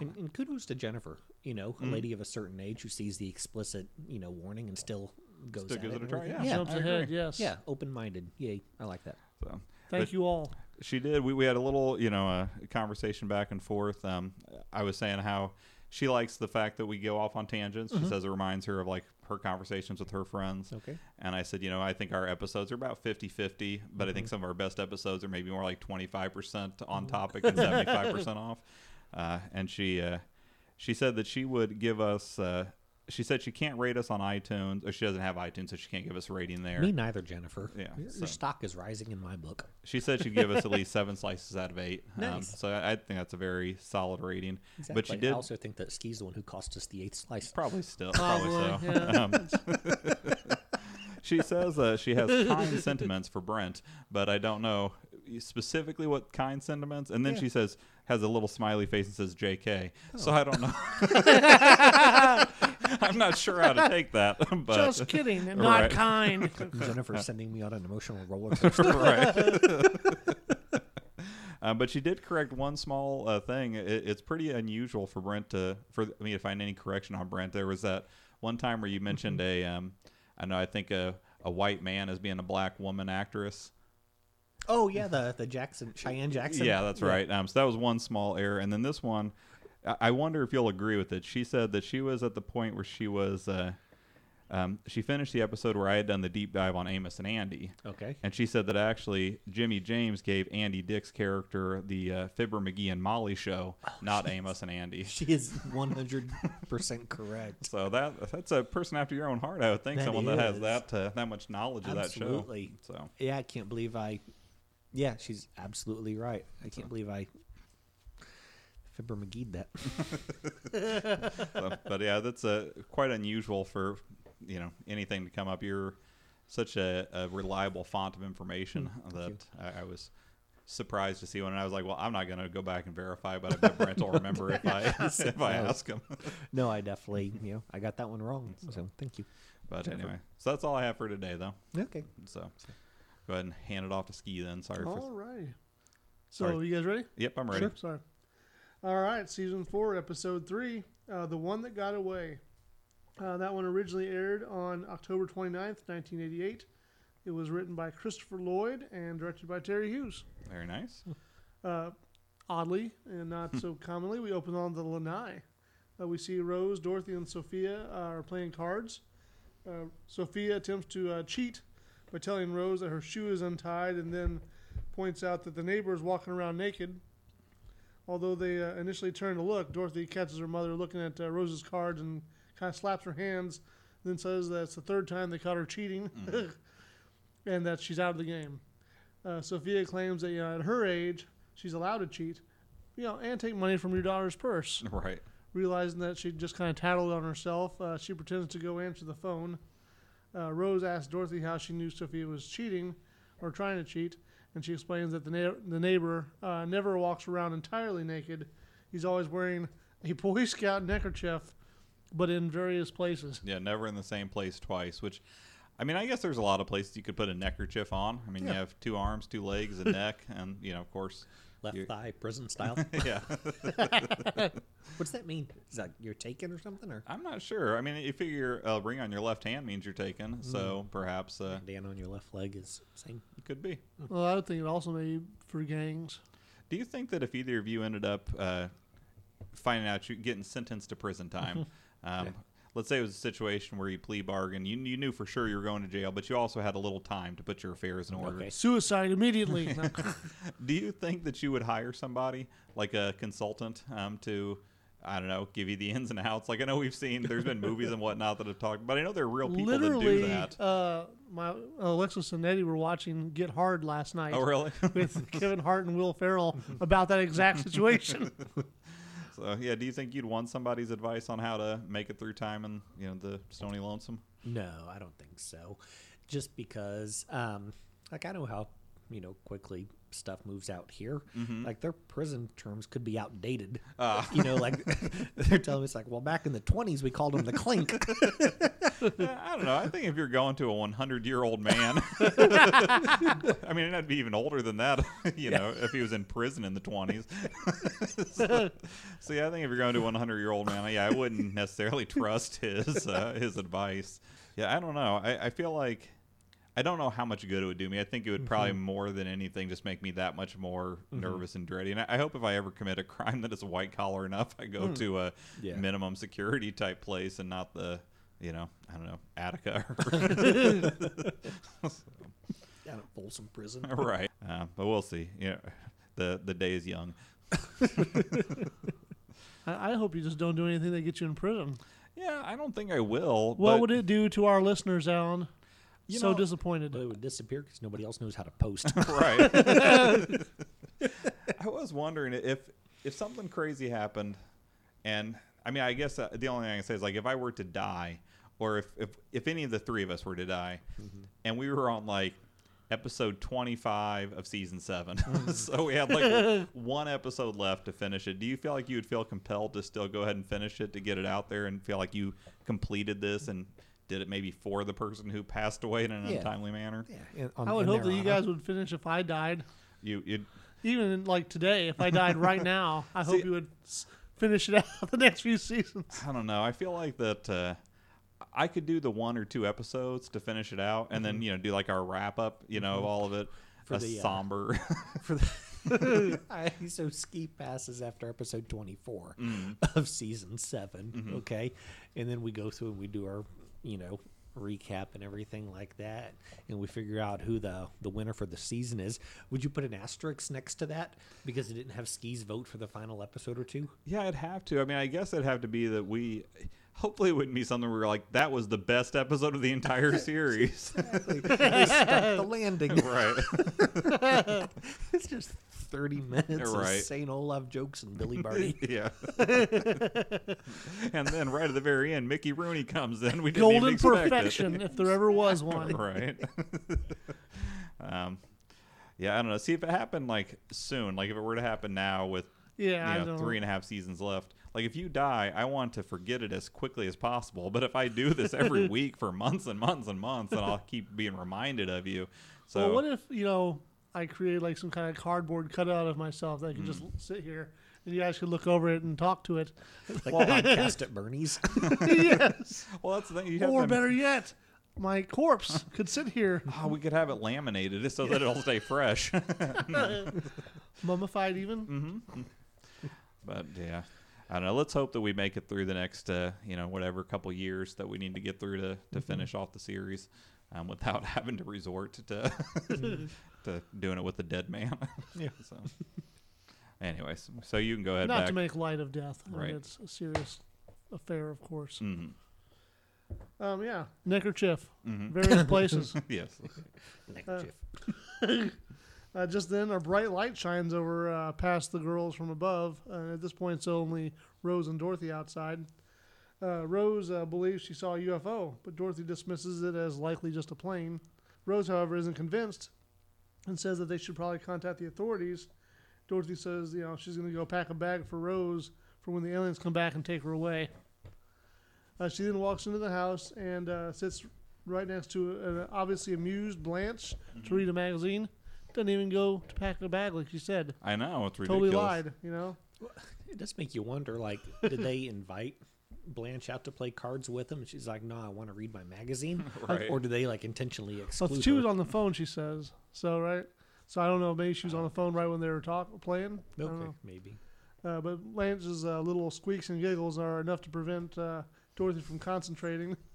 [SPEAKER 2] And, and kudos to Jennifer, you know,
[SPEAKER 1] Mm-hmm.
[SPEAKER 2] a lady of a certain age who sees the explicit, you know, warning and still goes
[SPEAKER 1] Still
[SPEAKER 2] at
[SPEAKER 1] gives
[SPEAKER 2] it
[SPEAKER 1] it a
[SPEAKER 2] and
[SPEAKER 1] try, yeah.
[SPEAKER 2] everything. yeah, Uh-huh.
[SPEAKER 3] jumps
[SPEAKER 1] I
[SPEAKER 3] ahead.
[SPEAKER 1] agree.
[SPEAKER 3] Yes.
[SPEAKER 2] yeah, open-minded. Yay, I like that.
[SPEAKER 1] So.
[SPEAKER 3] Thank
[SPEAKER 1] But-
[SPEAKER 3] you all.
[SPEAKER 1] She did. We, we had a little, you know, a conversation back and forth. Um, I was saying how she likes the fact that we go off on tangents. She says it reminds her of like her conversations with her friends.
[SPEAKER 2] Okay.
[SPEAKER 1] And I said, you know, I think our episodes are about 50 50, but I think some of our best episodes are maybe more like 25% on topic and 75% off. Uh, and she, uh, she said that she would give us, uh, she said she can't rate us on iTunes, or she doesn't have iTunes, so she can't give us a rating there.
[SPEAKER 2] Me neither, Jennifer.
[SPEAKER 1] Yeah,
[SPEAKER 2] your, your
[SPEAKER 1] so-
[SPEAKER 2] stock is rising in my book.
[SPEAKER 1] She said she'd give us at least seven slices out of eight. Um,
[SPEAKER 2] Nice.
[SPEAKER 1] so I, I think that's a very solid rating.
[SPEAKER 2] Exactly.
[SPEAKER 1] But she did
[SPEAKER 2] I also think that Ski's the one who cost us the eighth slice.
[SPEAKER 1] probably still probably,
[SPEAKER 3] Probably,
[SPEAKER 1] so. Um, she says uh, she has kind sentiments for Brent, but I don't know specifically what kind sentiments. And then she says has a little smiley face and says JK. So
[SPEAKER 2] Oh.
[SPEAKER 1] I don't know. I'm not sure how to take that, but
[SPEAKER 3] Just kidding. and Not
[SPEAKER 1] Right.
[SPEAKER 3] kind.
[SPEAKER 2] Jennifer's sending me on an emotional roller coaster.
[SPEAKER 1] right. Um, but she did correct one small uh, thing. It, it's pretty unusual for Brent to for me to find any correction on Brent. There was that one time where you mentioned a, um, I know I think a, a white man as being a black woman actress.
[SPEAKER 2] Oh yeah, the the Jackson Cheyenne Jackson.
[SPEAKER 1] Yeah, that's right. Um, so that was one small error, and then this one, I- I wonder if you'll agree with it. She said that she was at the point where she was. Uh, um, she finished the episode where I had done the deep dive on Amos and Andy.
[SPEAKER 2] Okay.
[SPEAKER 1] And she said that actually Jimmy James gave Andy Dick's character the uh, Fibber McGee and Molly show,
[SPEAKER 2] Oh,
[SPEAKER 1] not Amos and Andy.
[SPEAKER 2] She is one hundred percent correct.
[SPEAKER 1] So that that's a person after your own heart, I would think.
[SPEAKER 2] That
[SPEAKER 1] someone that has
[SPEAKER 2] is.
[SPEAKER 1] that uh, that much knowledge
[SPEAKER 2] Absolutely.
[SPEAKER 1] of that show. So
[SPEAKER 2] Yeah, I can't believe I. Yeah, she's absolutely right. I can't believe I. Fibber McGee that.
[SPEAKER 1] so- but yeah, that's uh, quite unusual for you know anything to come up. You're such a, a reliable font of information
[SPEAKER 2] Hmm,
[SPEAKER 1] that I, I was surprised to see one, and I was like, well, I'm not going to go back and verify, but I bet Brent will remember if I if I
[SPEAKER 2] Surprised.
[SPEAKER 1] ask him.
[SPEAKER 2] No, I definitely, you know, I got that one wrong. So thank you.
[SPEAKER 1] But
[SPEAKER 2] Jennifer.
[SPEAKER 1] anyway, so that's all I have for today, though.
[SPEAKER 2] Okay.
[SPEAKER 1] So go ahead and hand it off to Ski then. Sorry.
[SPEAKER 3] All
[SPEAKER 1] For,
[SPEAKER 3] right. So,
[SPEAKER 1] Sorry.
[SPEAKER 3] you guys ready?
[SPEAKER 1] yep, I'm ready.
[SPEAKER 3] Sure, sorry. All right, season four, episode three, uh, the one that got away. Uh, that one originally aired on October 29th, 1988. It was written by Christopher Lloyd and directed by Terry Hughes.
[SPEAKER 1] Very nice.
[SPEAKER 3] Uh, oddly and not so commonly, we open on the lanai. Uh, we see Rose, Dorothy, and Sophia uh, are playing cards. Uh, Sophia attempts to uh, cheat by telling Rose that her shoe is untied and then points out that the neighbor is walking around naked. Although they uh, initially turn to look, Dorothy catches her mother looking at uh, Rose's cards and kind of slaps her hands, then says that it's the third time they caught her cheating and that she's out of the game. Uh, Sophia claims that you know, at her age, she's allowed to cheat, you know, and take money from your daughter's purse.
[SPEAKER 1] Right.
[SPEAKER 3] Realizing that she just kind of tattled on herself, uh, she pretends to go answer the phone. Uh, Rose asks Dorothy how she knew Sophia was cheating or trying to cheat, and she explains that the, na- the neighbor uh, never walks around entirely naked. He's always wearing a Boy Scout neckerchief, but in various places.
[SPEAKER 1] Yeah, never in the same place twice, which I mean, I guess there's a lot of places you could put a neckerchief on. I mean, you
[SPEAKER 3] Yeah.
[SPEAKER 1] have two arms, two legs, a neck, and you know, of course,
[SPEAKER 2] Left
[SPEAKER 1] You're-
[SPEAKER 2] thigh, prison style.
[SPEAKER 1] yeah.
[SPEAKER 2] What's that mean? Is that you're taken or something? Or
[SPEAKER 1] I'm not sure. I mean, you figure a ring on your left hand means you're taken,
[SPEAKER 3] Mm-hmm.
[SPEAKER 1] so perhaps uh,
[SPEAKER 2] Dan on your left leg is same.
[SPEAKER 1] it could be.
[SPEAKER 3] Well, I would think it also may be for gangs.
[SPEAKER 1] Do you think that if either of you ended up uh, finding out you getting sentenced to prison time, um, let's say it was a situation where you plea bargain, you, you knew for sure you were going to jail, but you also had a little time to put your affairs in order.
[SPEAKER 2] Okay.
[SPEAKER 3] Suicide immediately. No.
[SPEAKER 1] Do you think that you would hire somebody like a consultant um, to, I don't know, give you the ins and outs? Like I know we've seen there's been movies and whatnot that have talked, but I know there are real people
[SPEAKER 3] Literally,
[SPEAKER 1] that do that.
[SPEAKER 3] Uh, my Alexis and Eddie were watching Get Hard last night.
[SPEAKER 1] Oh really?
[SPEAKER 3] With Kevin Hart and Will Ferrell about that exact situation.
[SPEAKER 1] so yeah, do you think you'd want somebody's advice on how to make it through time and you know the stony lonesome?
[SPEAKER 2] No, I don't think so. Just because, um, like, I know how you know quickly stuff moves out here. Like their prison terms could be outdated. You know, like they're telling us, like, well, back in the twenties we called them the clink.
[SPEAKER 1] Yeah, I don't know. I think if you're going to a 100 year old man, I mean, I'd be even older than that, you know, if he was in prison in the 20s. so, so, yeah, I think if you're going to a 100 year old man, yeah, I wouldn't necessarily trust his uh, his advice. Yeah, I don't know. I, I feel like I don't know how much good it would do me. I think it would probably more than anything just make me that much more nervous and dready. And I, I hope if I ever commit a crime that is white collar enough, I go to a
[SPEAKER 2] Yeah.
[SPEAKER 1] minimum security type place and not the you know I don't know Attica
[SPEAKER 2] down at Folsom Prison.
[SPEAKER 1] or right. Uh, but we'll see. You know, the the day is young.
[SPEAKER 3] I, I hope you just don't do anything that gets you in prison.
[SPEAKER 1] Yeah, I don't think I will.
[SPEAKER 3] What
[SPEAKER 1] but,
[SPEAKER 3] would it do to our listeners, Alan?
[SPEAKER 1] You
[SPEAKER 3] so
[SPEAKER 1] know-
[SPEAKER 3] disappointed.
[SPEAKER 2] But it would disappear because nobody else knows how to post.
[SPEAKER 1] right? I was wondering if if something crazy happened, and I mean, I guess uh, the only thing I can say is like if I were to die, or if if, if any of the three of us were to die,
[SPEAKER 2] Mm-hmm.
[SPEAKER 1] and we were on like episode 25 of season 7
[SPEAKER 2] Mm-hmm.
[SPEAKER 1] so we had like one episode left to finish it do you feel like you would feel compelled to still go ahead and finish it to get it out there and feel like you completed this and did it maybe for the person who passed away in an
[SPEAKER 2] Yeah.
[SPEAKER 1] untimely manner
[SPEAKER 2] yeah, and on-
[SPEAKER 3] I would
[SPEAKER 2] in
[SPEAKER 3] hope
[SPEAKER 2] their
[SPEAKER 3] that you
[SPEAKER 2] honor.
[SPEAKER 3] guys would finish if I died.
[SPEAKER 1] you you'd
[SPEAKER 3] Even like today, if I died right now, I hope
[SPEAKER 1] See-
[SPEAKER 3] you would s- finish it out the next few seasons.
[SPEAKER 1] I don't know. I feel like that uh, I could do the one or two episodes to finish it out, and then you know do like our wrap up, you know, of all of it.
[SPEAKER 2] Mm-hmm. For
[SPEAKER 1] a
[SPEAKER 2] the, uh,
[SPEAKER 1] somber.
[SPEAKER 2] for the I, so ski passes after episode 24 of season 7 okay and then we go through and we do our you know recap and everything like that and we figure out who the the winner for the season is would you put an asterisk next to that because it didn't have skis vote for the final episode or two
[SPEAKER 1] yeah, I'd have to. I mean, I guess it'd have to be that we. Hopefully, it wouldn't be something where we're like that was the best episode of the entire series.
[SPEAKER 2] Exactly. they stuck the landing
[SPEAKER 1] right.
[SPEAKER 2] it's just 30 minutes
[SPEAKER 1] Right.
[SPEAKER 2] of St. Olaf jokes and Billy Barty
[SPEAKER 1] Yeah. and then right at the very end, Mickey Rooney comes in. We didn't even
[SPEAKER 3] Golden
[SPEAKER 1] expect it.
[SPEAKER 3] perfection, if there ever was one.
[SPEAKER 1] right? um, yeah, I don't know. See if it happened like soon, like if it were to happen now with
[SPEAKER 3] Yeah, I
[SPEAKER 1] you know
[SPEAKER 3] don't-
[SPEAKER 1] three and a half seasons left. Like if you die, I want to forget it as quickly as possible. But if I do this every week for months and months and months, then I'll keep being reminded of you. So
[SPEAKER 3] well, what if you know I created like some kind of cardboard cutout of myself that I could just
[SPEAKER 1] Mm.
[SPEAKER 3] l- sit here and you guys could look over it and talk to it.
[SPEAKER 2] like the podcast at Bernie's
[SPEAKER 3] yes.
[SPEAKER 1] well, that's the thing. You have
[SPEAKER 3] Or
[SPEAKER 1] to-
[SPEAKER 3] better yet, my corpse could sit here
[SPEAKER 1] Oh, we could have it laminated so that it'll stay fresh.
[SPEAKER 3] mummified even.
[SPEAKER 1] Mm-hmm. But yeah, I don't know. Let's hope that we make it through the next, uh, you know, whatever couple years that we need to get through to, to
[SPEAKER 3] Mm-hmm.
[SPEAKER 1] finish off the series um, without having to resort to
[SPEAKER 3] Mm-hmm.
[SPEAKER 1] to doing it with a dead man. yeah. So, anyways, so you can go ahead
[SPEAKER 3] Not
[SPEAKER 1] back.
[SPEAKER 3] to make light of death. I mean,
[SPEAKER 1] Right.
[SPEAKER 3] it's a serious affair, of course.
[SPEAKER 1] Mhm. Mm.
[SPEAKER 3] Um, yeah.
[SPEAKER 1] Mm-hmm.
[SPEAKER 3] Neckerchief. Various places.
[SPEAKER 1] yes.
[SPEAKER 2] neckerchief
[SPEAKER 3] Uh, just then, a bright light shines over uh, past the girls from above, and at this point, it's only Rose and Dorothy outside. Uh, Rose uh, believes she saw a UFO, but Dorothy dismisses it as likely just a plane. Rose, however, isn't convinced and says that they should probably contact the authorities. Dorothy says, you know, she's going to go pack a bag for Rose for when the aliens come back and take her away. Uh, she then walks into the house and uh, sits right next to an obviously amused Blanche to read a magazine. Doesn't even go to pack a bag like she said.
[SPEAKER 1] I know it's ridiculous.
[SPEAKER 3] Totally lied, you know.
[SPEAKER 2] It does make you wonder, like, did they invite Blanche out to play cards with them? And she's like, no, I want to read my magazine. Like,
[SPEAKER 1] Right.
[SPEAKER 2] or do they, like, intentionally exclude
[SPEAKER 3] Well, she was
[SPEAKER 2] her?
[SPEAKER 3] on the phone. She says so, right? So I don't know. Maybe she was on the phone right when they were talk playing. I don't
[SPEAKER 2] Okay,
[SPEAKER 3] know.
[SPEAKER 2] maybe.
[SPEAKER 3] Uh, but Lance's uh, little squeaks and giggles are enough to prevent uh, Dorothy from concentrating.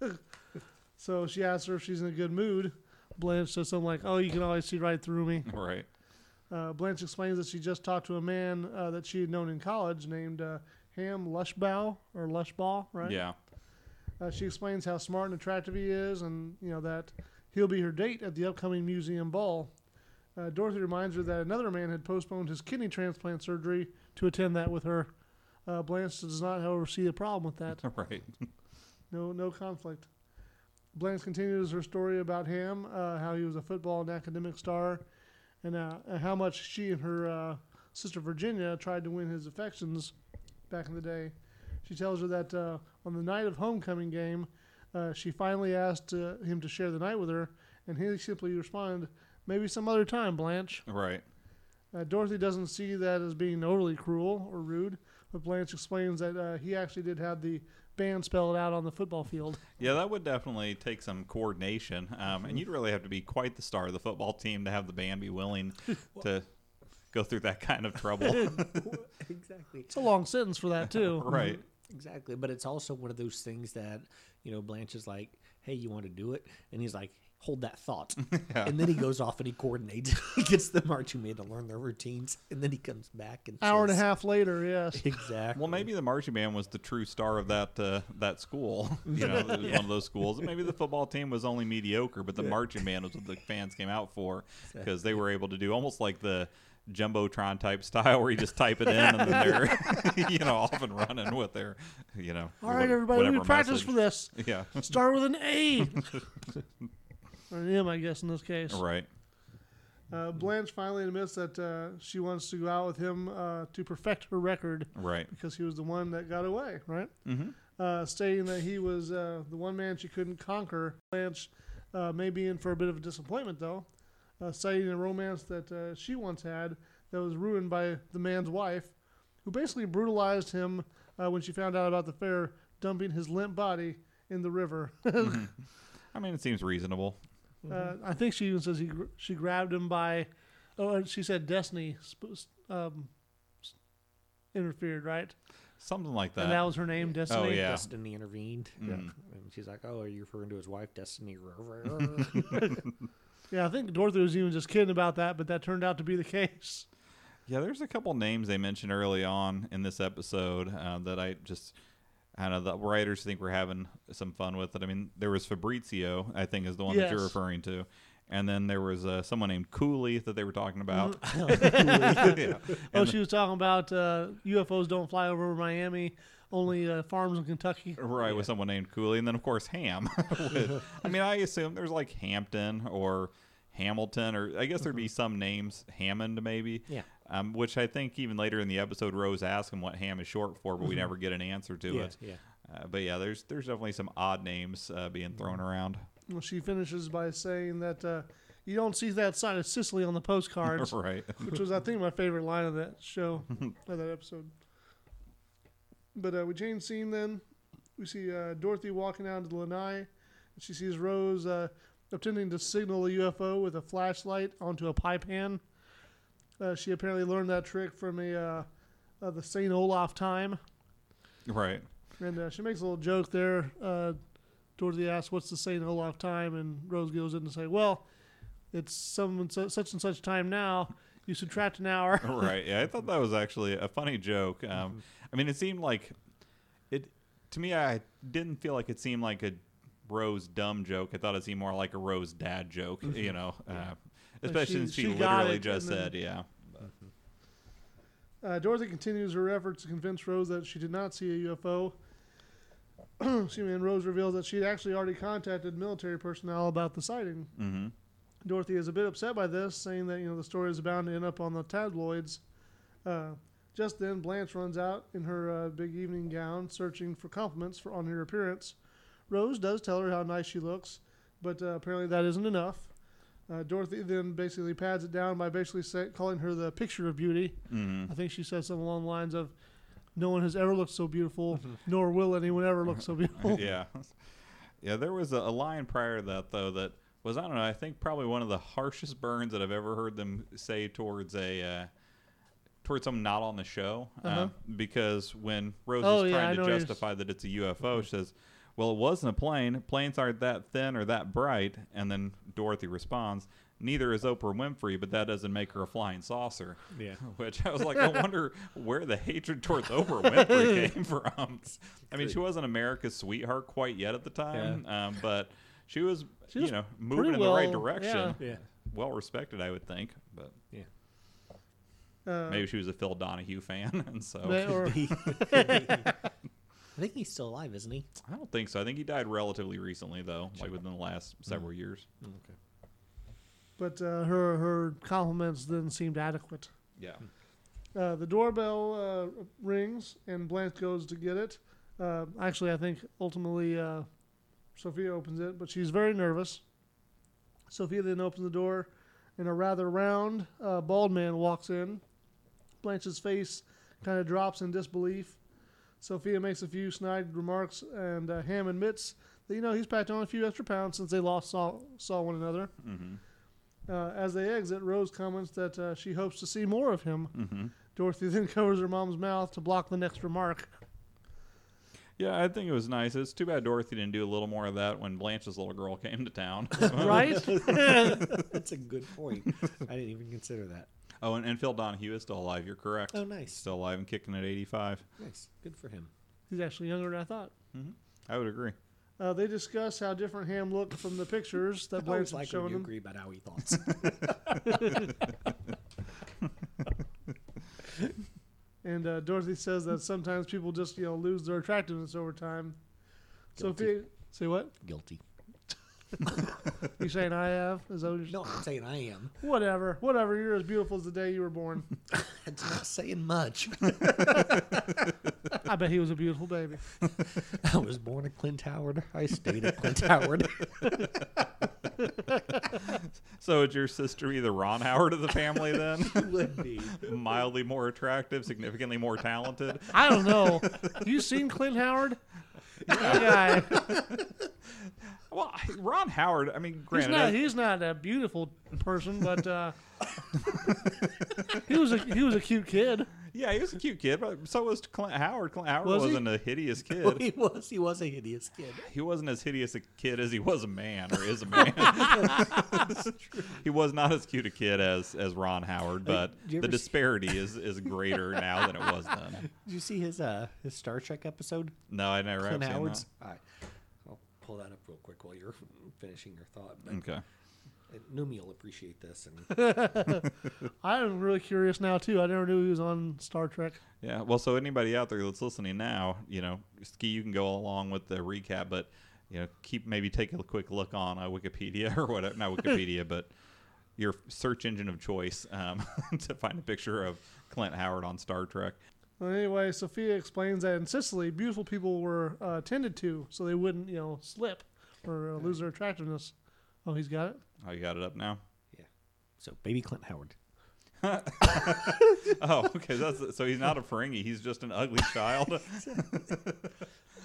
[SPEAKER 3] so she asks her if she's in a good mood. Blanche says something like, "Oh, you can always see right through me."
[SPEAKER 1] Right.
[SPEAKER 3] Uh, Blanche explains that she just talked to a man uh, that she had known in college named uh, Ham Lushbaugh or Lushbaugh, right?
[SPEAKER 1] Yeah.
[SPEAKER 3] Uh, she explains how smart and attractive he is, and you know that he'll be her date at the upcoming museum ball. Uh, Dorothy reminds her that another man had postponed his kidney transplant surgery to attend that with her. Uh, Blanche does not, however, see a problem with that.
[SPEAKER 1] Right.
[SPEAKER 3] No, no conflict. Blanche continues her story about him, uh, how he was a football and academic star, and uh, and how much she and her uh, sister Virginia tried to win his affections back in the day. She tells her that uh, on the night of homecoming game, uh, she finally asked uh, him to share the night with her, and he simply responded, "Maybe some other time, Blanche."
[SPEAKER 1] Right.
[SPEAKER 3] Uh, Dorothy doesn't see that as being overly cruel or rude, but Blanche explains that uh, he actually did have the band spelled out on the football field.
[SPEAKER 1] Yeah, that would definitely take some coordination, um,
[SPEAKER 3] Mm-hmm.
[SPEAKER 1] and you'd really have to be quite the star of the football team to have the band be willing to go through that kind of trouble.
[SPEAKER 2] exactly. Um,
[SPEAKER 3] It's a long sentence for that too.
[SPEAKER 1] right.
[SPEAKER 2] Exactly. But it's also one of those things that, you know, Blanche is like, hey, you want to do it? And he's like, hold that thought. And then he goes off and he coordinates. he gets the marching band to learn their routines. And then he comes back and
[SPEAKER 3] Hour and a
[SPEAKER 2] says-
[SPEAKER 3] half later, yes.
[SPEAKER 2] Exactly.
[SPEAKER 1] Well, maybe the marching band was the true star of that uh, that school. You know, it was one of those schools. And Maybe the football team was only mediocre, but the marching band was what the fans came out for because they were able to do almost like the jumbotron type style, where you just type it in and then they're you know off and running with their you know.
[SPEAKER 3] All right,
[SPEAKER 1] wha-
[SPEAKER 3] everybody, we
[SPEAKER 1] whatever
[SPEAKER 3] practiced for
[SPEAKER 1] message.
[SPEAKER 3] this.
[SPEAKER 1] Yeah.
[SPEAKER 3] Start with an A. or an M, I guess, in this case.
[SPEAKER 1] Right.
[SPEAKER 3] Uh, Blanche finally admits that uh, she wants to go out with him uh, to perfect her record
[SPEAKER 1] Right.
[SPEAKER 3] because he was the one that got away, right? Mm-hmm. Uh, stating that he was uh, the one man she couldn't conquer. Blanche uh, may be in for a bit of a disappointment, though, uh, citing a romance that uh, she once had that was ruined by the man's wife, who basically brutalized him uh, when she found out about the fair, dumping his limp body in the river.
[SPEAKER 1] I mean, it seems reasonable.
[SPEAKER 3] Uh,
[SPEAKER 1] Mm-hmm.
[SPEAKER 3] I think she even says he gr- she grabbed him by, oh, and she said Destiny sp- s- um, s- interfered, right?
[SPEAKER 1] Something like that.
[SPEAKER 3] And that was her name, Destiny.
[SPEAKER 1] Oh, yeah.
[SPEAKER 2] Destiny intervened. And she's like, oh, are you referring to his wife, Destiny?
[SPEAKER 3] Yeah, I think Dorothy was even just kidding about that, but that turned out to be the case.
[SPEAKER 1] yeah, there's a couple names they mentioned early on in this episode uh, that I just, I don't know, the writers think we're having some fun with it. I mean, there was Fabrizio, I think, is the one that you're
[SPEAKER 3] Yes.
[SPEAKER 1] referring to. And then there was uh, someone named Cooley that they were talking about. Yeah.
[SPEAKER 3] Mm-hmm. oh, she was talking about uh, UFOs don't fly over Miami, only uh, farms in Kentucky.
[SPEAKER 1] Right, with someone named Cooley. And then, of course, Ham. with- I mean, I assume there's like Hampton or Hamilton, or I guess there'd be some names, Hammond maybe.
[SPEAKER 2] Mm-hmm. Yeah.
[SPEAKER 1] Um, which I think even later in the episode, Rose asked him what Ham is short for, but we never get an answer to
[SPEAKER 2] Mm-hmm. Yeah,
[SPEAKER 1] it.
[SPEAKER 2] yeah.
[SPEAKER 1] Uh, but yeah, there's there's definitely some odd names uh, being
[SPEAKER 2] Mm-hmm.
[SPEAKER 1] thrown around.
[SPEAKER 3] Well, she finishes by saying that uh, you don't see that side of Sicily on the postcards,
[SPEAKER 1] right.
[SPEAKER 3] which was, I think, my favorite line of that show, of that episode. But uh, we change scene then. We see uh, Dorothy walking out to Lanai, and she sees Rose uh, attempting to signal a UFO with a flashlight onto a pie pan. Uh, she apparently learned that trick from a uh, uh, the Saint Olaf time,
[SPEAKER 1] Right.
[SPEAKER 3] and uh, she makes a little joke there. Uh, Dorothy asks, "What's the Saint Olaf time?" And Rose goes in and say, "Well, it's some and su- such and such time now. You subtract an hour."
[SPEAKER 1] right. Yeah, I thought that was actually a funny joke. Um, I mean, it seemed like it to me. I didn't feel like it seemed like a Rose dumb joke. I thought it seemed more like a Rose dad joke. You know, uh, Especially
[SPEAKER 3] she-
[SPEAKER 1] since she,
[SPEAKER 3] she got
[SPEAKER 1] literally
[SPEAKER 3] it,
[SPEAKER 1] just
[SPEAKER 3] and then-
[SPEAKER 1] said, yeah.
[SPEAKER 3] Uh, Dorothy continues her efforts to convince Rose that she did not see a UFO. Excuse me, and Rose reveals that she'd actually already contacted military personnel about the sighting.
[SPEAKER 1] Mm-hmm.
[SPEAKER 3] Dorothy is a bit upset by this, saying that you know the story is bound to end up on the tabloids. Uh, just then, Blanche runs out in her uh, big evening gown, searching for compliments for on her appearance. Rose does tell her how nice she looks, but uh, apparently that isn't enough. Uh, Dorothy then basically pads it down by basically say, calling her the picture of beauty.
[SPEAKER 1] Mm-hmm.
[SPEAKER 3] I think she said something along the lines of, "No one has ever looked so beautiful, nor will anyone ever look so beautiful."
[SPEAKER 1] yeah. Yeah, there was a, a line prior to that, though, that was, I don't know, I think probably one of the harshest burns that I've ever heard them say towards a. Uh, Towards someone not on the show,
[SPEAKER 3] Uh-huh.
[SPEAKER 1] um, because when Rose
[SPEAKER 3] Oh,
[SPEAKER 1] is
[SPEAKER 3] yeah, I
[SPEAKER 1] trying
[SPEAKER 3] know
[SPEAKER 1] to
[SPEAKER 3] what you're s-
[SPEAKER 1] justify that it's a UFO, she says, "Well, it wasn't a plane. Planes aren't that thin or that bright." And then Dorothy responds, "Neither is Oprah Winfrey, but that doesn't make her a flying saucer."
[SPEAKER 2] Yeah.
[SPEAKER 1] Which I was like, I wonder where the hatred towards Oprah Winfrey came from. I mean, she wasn't America's sweetheart quite yet at the time, um, but she was,
[SPEAKER 3] She
[SPEAKER 1] you
[SPEAKER 3] was
[SPEAKER 1] know, moving in the
[SPEAKER 3] well- Uh-huh.
[SPEAKER 1] right direction.
[SPEAKER 2] Yeah.
[SPEAKER 1] Well respected, I would think, but
[SPEAKER 2] Yeah.
[SPEAKER 3] Uh,
[SPEAKER 1] maybe she was a Phil Donahue fan, and so
[SPEAKER 3] they- or-
[SPEAKER 2] I think he's still alive, isn't he?
[SPEAKER 1] I don't think so. I think he died relatively recently, though, like within the last
[SPEAKER 3] Mm-hmm.
[SPEAKER 1] several years.
[SPEAKER 2] Okay.
[SPEAKER 3] but uh, her her compliments then seemed adequate.
[SPEAKER 1] Yeah.
[SPEAKER 3] Uh, the doorbell uh, rings and Blanche goes to get it. Uh, actually, I think ultimately uh, Sophia opens it, but she's very nervous. Sophia then opens the door, and a rather round, uh, bald man walks in. Blanche's face kind of drops in disbelief. Sophia makes a few snide remarks, and uh, Ham admits that you know he's packed on a few extra pounds since they lost saw, saw one another.
[SPEAKER 1] Mm-hmm.
[SPEAKER 3] Uh, as they exit, Rose comments that uh, she hopes to see more of him.
[SPEAKER 1] Mm-hmm.
[SPEAKER 3] Dorothy then covers her mom's mouth to block the next remark.
[SPEAKER 1] Yeah, I think it was nice. It's too bad Dorothy didn't do a little more of that when Blanche's little girl came to town.
[SPEAKER 3] Right?
[SPEAKER 2] That's a good point. I didn't even consider that.
[SPEAKER 1] oh, and, and Phil Donahue is still alive. You're correct.
[SPEAKER 2] Oh, nice.
[SPEAKER 1] Still alive and kicking at 85.
[SPEAKER 2] Nice. Good for him.
[SPEAKER 3] He's actually younger than I thought.
[SPEAKER 1] I would agree.
[SPEAKER 3] Uh, they discuss how different Ham looked from the pictures that
[SPEAKER 2] I
[SPEAKER 3] Blanche
[SPEAKER 2] always like when
[SPEAKER 3] had shown
[SPEAKER 2] you
[SPEAKER 3] him.
[SPEAKER 2] agree about how he thought.
[SPEAKER 3] And uh, Dorothy says that sometimes people just you know lose their attractiveness over time.
[SPEAKER 2] Guilty.
[SPEAKER 3] Sophia, say what?
[SPEAKER 2] Guilty.
[SPEAKER 3] You saying I have? Is that what you're
[SPEAKER 2] No, I'm saying I am.
[SPEAKER 3] Whatever, whatever. You're as beautiful as the day you were born.
[SPEAKER 2] That's not saying much.
[SPEAKER 3] I bet he was a beautiful baby.
[SPEAKER 2] I was born at Clint Howard. I stayed at Clint Howard.
[SPEAKER 1] So is your sister either Ron Howard of the family then?
[SPEAKER 2] Would be.
[SPEAKER 1] Mildly more attractive, significantly more talented.
[SPEAKER 3] I don't know. you seen Clint Howard? That guy.
[SPEAKER 1] Well, Ron Howard, I mean,
[SPEAKER 3] He's
[SPEAKER 1] granted, uh,
[SPEAKER 3] not. He's not a beautiful person, but uh, he was a he was a cute kid.
[SPEAKER 1] yeah, he was a cute kid, but so was Clint Howard. Clint Howard
[SPEAKER 3] Was he?
[SPEAKER 1] wasn't a hideous
[SPEAKER 2] Well,
[SPEAKER 1] kid.
[SPEAKER 2] he was. He was a hideous kid.
[SPEAKER 1] He wasn't as hideous a kid as he was a man, or is a man. he was not as cute a kid as as Ron Howard, but
[SPEAKER 2] do you
[SPEAKER 1] the
[SPEAKER 2] ever see-
[SPEAKER 1] disparity is is greater now than it was then.
[SPEAKER 2] Did you see his uh his Star Trek episode?
[SPEAKER 1] No, I never have
[SPEAKER 2] Clint
[SPEAKER 1] seen
[SPEAKER 2] Howard's. All right. I'll pull that up real quick while you're finishing your thought. But
[SPEAKER 1] that. Okay.
[SPEAKER 2] Numi will appreciate this. And
[SPEAKER 3] I'm really curious now too. I never knew he was on Star Trek.
[SPEAKER 1] Yeah. Well, so anybody out there that's listening now, you know, Ski, you can go along with the recap, but you know, keep maybe take a quick look on uh, Wikipedia or whatever, not Wikipedia, but your search engine of choice um, to find a picture of Clint Howard on Star Trek.
[SPEAKER 3] Well, anyway, Sophia explains that in Sicily, beautiful people were uh, tended to, so they wouldn't you know slip or uh, lose their attractiveness. Oh, he's got it.
[SPEAKER 1] Oh, you got it up now.
[SPEAKER 2] so, baby Clint Howard.
[SPEAKER 1] Oh, okay. That's so he's not a Ferengi. He's just an ugly child.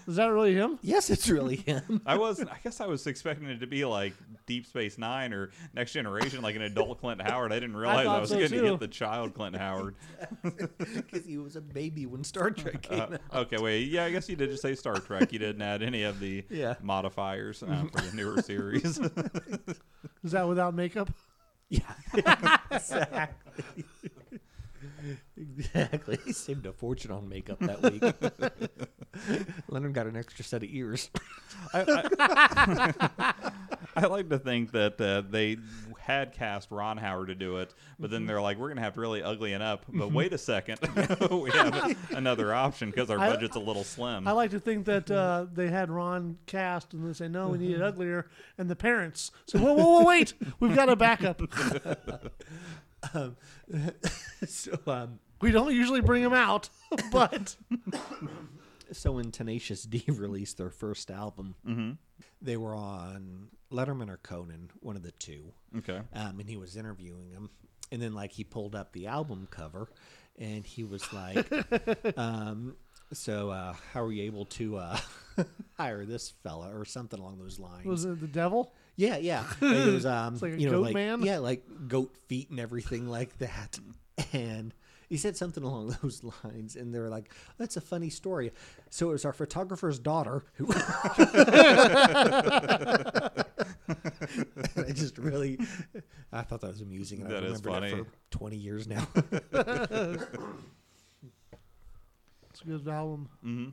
[SPEAKER 3] Is that really him?
[SPEAKER 2] Yes, it's really him.
[SPEAKER 1] I was, I guess, I was expecting it to be like Deep Space Nine or Next Generation, like an adult Clint Howard. I didn't realize I,
[SPEAKER 3] thought
[SPEAKER 1] was
[SPEAKER 3] so,
[SPEAKER 1] going to
[SPEAKER 3] too.
[SPEAKER 1] get the child Clint Howard.
[SPEAKER 2] Because he was a baby when Star Trek came
[SPEAKER 1] Uh,
[SPEAKER 2] out.
[SPEAKER 1] okay, wait. Yeah, I guess you did just say Star Trek. You didn't add any of the
[SPEAKER 2] Yeah.
[SPEAKER 1] modifiers uh, for the newer series.
[SPEAKER 3] Is that without makeup?
[SPEAKER 2] Yeah. exactly. exactly. He saved a fortune on makeup that week. Leonard got an extra set of ears.
[SPEAKER 1] I, I, I like to think that uh, they had cast Ron Howard to do it, but then they're like, we're going to have to really ugly it up. But wait a second, we have another option because our
[SPEAKER 3] I-
[SPEAKER 1] budget's a little slim.
[SPEAKER 3] I like to think that uh, they had Ron cast and they say, no, we need it uglier. And the parents said, whoa, whoa, whoa, wait, we've got a backup.
[SPEAKER 2] so, um,
[SPEAKER 3] We don't usually bring them out, but
[SPEAKER 2] so when Tenacious D released their first album, they were on Letterman or Conan, one of the two,
[SPEAKER 1] okay,
[SPEAKER 2] um, and he was interviewing him. And then, like, he pulled up the album cover, and he was like, um, "So, uh, how were you able to uh, hire this fella, or something along those lines?"
[SPEAKER 3] was it the devil?
[SPEAKER 2] Yeah, yeah. Like it was, um,
[SPEAKER 3] like a
[SPEAKER 2] you know,
[SPEAKER 3] goat
[SPEAKER 2] like
[SPEAKER 3] man?
[SPEAKER 2] yeah, like goat feet and everything like that. And he said something along those lines, and they were like, "That's a funny story." So it was our photographer's daughter who. And I just really, I thought that was amusing. And I
[SPEAKER 1] That is
[SPEAKER 2] remember that
[SPEAKER 1] funny.
[SPEAKER 2] for Twenty years now.
[SPEAKER 3] It's a good album.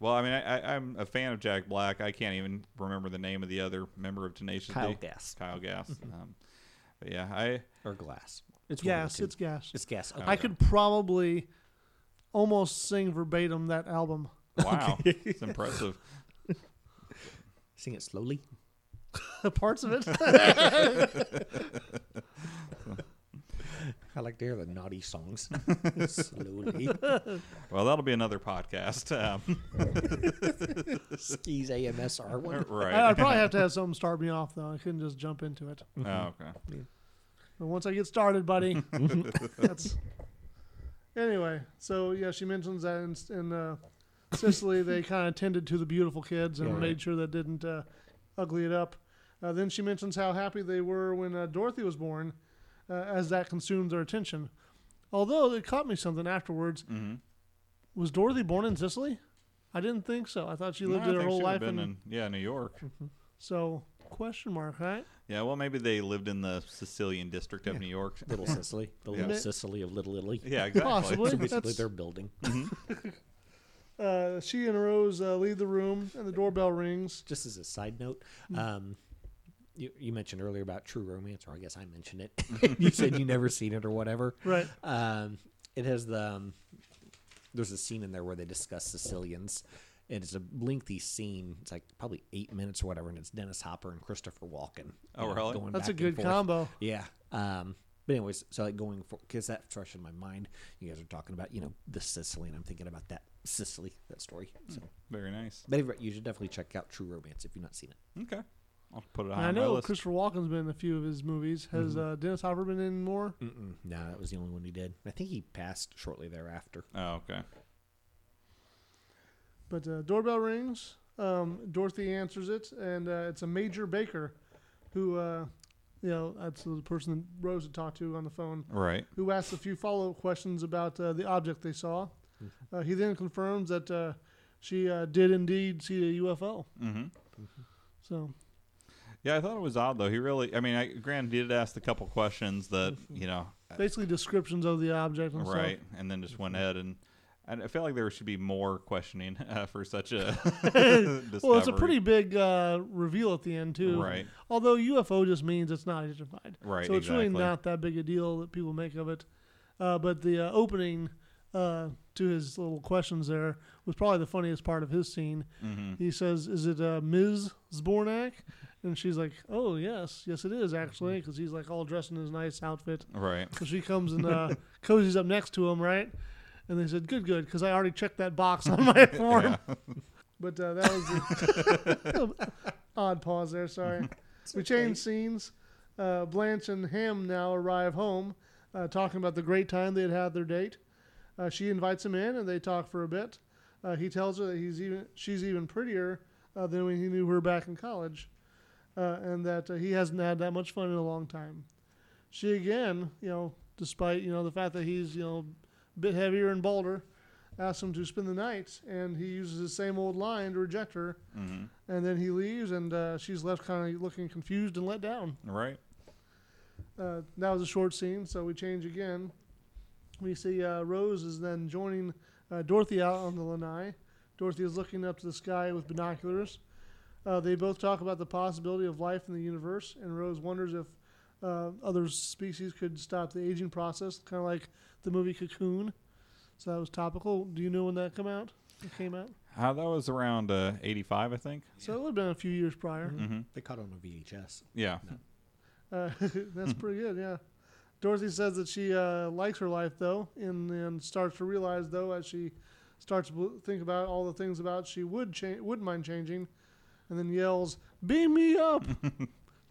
[SPEAKER 1] well, I mean, I, I, I'm a fan of Jack Black. I can't even remember the name of the other member of Tenacious
[SPEAKER 2] Kyle
[SPEAKER 1] D.
[SPEAKER 2] Gass.
[SPEAKER 1] Kyle Gass. um, but yeah, I
[SPEAKER 2] or glass. It's one of the
[SPEAKER 3] Gas,
[SPEAKER 2] two.
[SPEAKER 3] it's gas.
[SPEAKER 2] it's gas. Okay.
[SPEAKER 3] I could probably almost sing verbatim that album.
[SPEAKER 1] wow, it's impressive.
[SPEAKER 2] sing it slowly.
[SPEAKER 3] Parts of it.
[SPEAKER 2] I like to hear the naughty songs slowly.
[SPEAKER 1] Well, that'll be another podcast. Um,
[SPEAKER 2] Skis AMSR one.
[SPEAKER 3] I-
[SPEAKER 1] right.
[SPEAKER 3] I'd probably have to have something start me off though. I couldn't just jump into it.
[SPEAKER 1] Oh, okay.
[SPEAKER 3] But once I get started, buddy, that's. Anyway, so yeah, she mentions that in, in uh, Sicily they kind of tended to the beautiful kids and
[SPEAKER 2] Yeah.
[SPEAKER 3] made sure that didn't uh, ugly it up. Uh, then she mentions how happy they were when uh, Dorothy was born, uh, as that consumed their attention. Although it caught me something afterwards.
[SPEAKER 1] Mm-hmm.
[SPEAKER 3] Was Dorothy born in Sicily? I didn't think so. I thought she lived
[SPEAKER 1] No, I
[SPEAKER 3] her
[SPEAKER 1] think
[SPEAKER 3] whole
[SPEAKER 1] she would've
[SPEAKER 3] life
[SPEAKER 1] been
[SPEAKER 3] in,
[SPEAKER 1] in yeah New York.
[SPEAKER 3] so question mark, right?
[SPEAKER 1] Yeah, well, maybe they lived in the Sicilian district of New York.
[SPEAKER 2] Little Sicily, the
[SPEAKER 1] Yeah.
[SPEAKER 2] Little
[SPEAKER 3] Ma-
[SPEAKER 2] Sicily of Little Italy.
[SPEAKER 1] Yeah, exactly.
[SPEAKER 3] Possibly.
[SPEAKER 2] So basically,
[SPEAKER 3] That's-
[SPEAKER 2] their building.
[SPEAKER 3] Uh, she and Rose uh, leave the room, and the doorbell rings.
[SPEAKER 2] Just as a side note,
[SPEAKER 3] Hmm.
[SPEAKER 2] um, you, you mentioned earlier about True Romance, or I guess I mentioned it. you said you never seen it or whatever.
[SPEAKER 3] Right.
[SPEAKER 2] Um, it has the um, there's a scene in there where they discuss Sicilians. And it's a lengthy scene. It's like probably eight minutes or whatever, and it's Dennis Hopper and Christopher Walken.
[SPEAKER 1] Oh,
[SPEAKER 2] you know,
[SPEAKER 1] really?
[SPEAKER 2] going
[SPEAKER 3] That's a
[SPEAKER 2] back and
[SPEAKER 3] good
[SPEAKER 2] forth.
[SPEAKER 3] combo.
[SPEAKER 2] Yeah. Um, but anyways, so like going for because that's fresh in my mind. You guys are talking about you know the Sicily, and I'm thinking about that Sicily that story. So,
[SPEAKER 1] Very nice.
[SPEAKER 2] but anyway, you should definitely check out True Romance if you've not seen it.
[SPEAKER 1] Okay, I'll put it on my
[SPEAKER 3] I know
[SPEAKER 1] list.
[SPEAKER 3] Christopher Walken's been in a few of his movies. Has
[SPEAKER 2] Mm-hmm.
[SPEAKER 3] uh, Dennis Hopper been in more?
[SPEAKER 2] Mm-mm. No, that was the only one he did. I think he passed shortly thereafter.
[SPEAKER 1] oh, okay.
[SPEAKER 3] But uh, doorbell rings. Um, Dorothy answers it, and uh, it's a Major Baker, who, uh, you know, that's the person that Rose had talked to on the phone,
[SPEAKER 1] Right.
[SPEAKER 3] who asks a few follow-up questions about uh, the object they saw.
[SPEAKER 2] Mm-hmm.
[SPEAKER 3] Uh, he then confirms that uh, she uh, did indeed see a UFO.
[SPEAKER 1] Mm-hmm.
[SPEAKER 3] So
[SPEAKER 1] Yeah, I thought it was odd though. He really. I mean, I, Grant did ask a couple questions that you know.
[SPEAKER 3] basically, descriptions of the object and stuff.
[SPEAKER 1] Right, and then just went
[SPEAKER 3] Mm-hmm.
[SPEAKER 1] ahead and. And I feel like there should be more questioning uh, for such a discovery.
[SPEAKER 3] Well, it's a pretty big uh, reveal at the end too.
[SPEAKER 1] Right.
[SPEAKER 3] Although UFO just means it's not identified.
[SPEAKER 1] Right,
[SPEAKER 3] So it's really
[SPEAKER 1] exactly.
[SPEAKER 3] not that big a deal that people make of it. Uh, but the uh, opening uh, to his little questions there was probably the funniest part of his scene.
[SPEAKER 1] Mm-hmm.
[SPEAKER 3] He says, "Is it uh, Ms. Zbornak?" And she's like, "Oh yes, yes it is actually,"
[SPEAKER 1] Mm-hmm.
[SPEAKER 3] because he's like all dressed in his nice outfit.
[SPEAKER 1] right.
[SPEAKER 3] So she comes and uh, cozies up next to him, right? And they said, "Good, good," because I already checked that box on my form. But uh, that was the odd pause there. Sorry. we change scenes. Uh, Blanche and Ham now arrive home, uh, talking about the great time they had had their date. Uh, she invites him in, and they talk for a bit. Uh, he tells her that he's even she's even prettier uh, than when he knew her back in college, uh, and that uh, he hasn't had that much fun in a long time. She again, you know, despite you know the fact that he's you know a bit heavier and balder, asks him to spend the night, and he uses the same old line to reject her.
[SPEAKER 1] mm-hmm.
[SPEAKER 3] And then he leaves, and uh, she's left kind of looking confused and let down.
[SPEAKER 1] Right.
[SPEAKER 3] Uh, that was a short scene, so we change again. We see uh, Rose is then joining uh, Dorothy out on the lanai. Dorothy is looking up to the sky with binoculars. Uh, they both talk about the possibility of life in the universe, and Rose wonders if uh, other species could stop the aging process, kind of like the movie Cocoon. So that was topical. Do you know when that came out? It came out.
[SPEAKER 1] Uh, that was around uh, 85, I think.
[SPEAKER 3] So it would have been a few years prior.
[SPEAKER 1] Mm-hmm.
[SPEAKER 2] They caught on a VHS.
[SPEAKER 1] Yeah.
[SPEAKER 3] Uh, that's pretty good, yeah. Dorothy says that she uh, likes her life though, and and starts to realize though as she starts to bl- think about all the things about she would change, wouldn't mind changing, and then yells, "Beam me up!"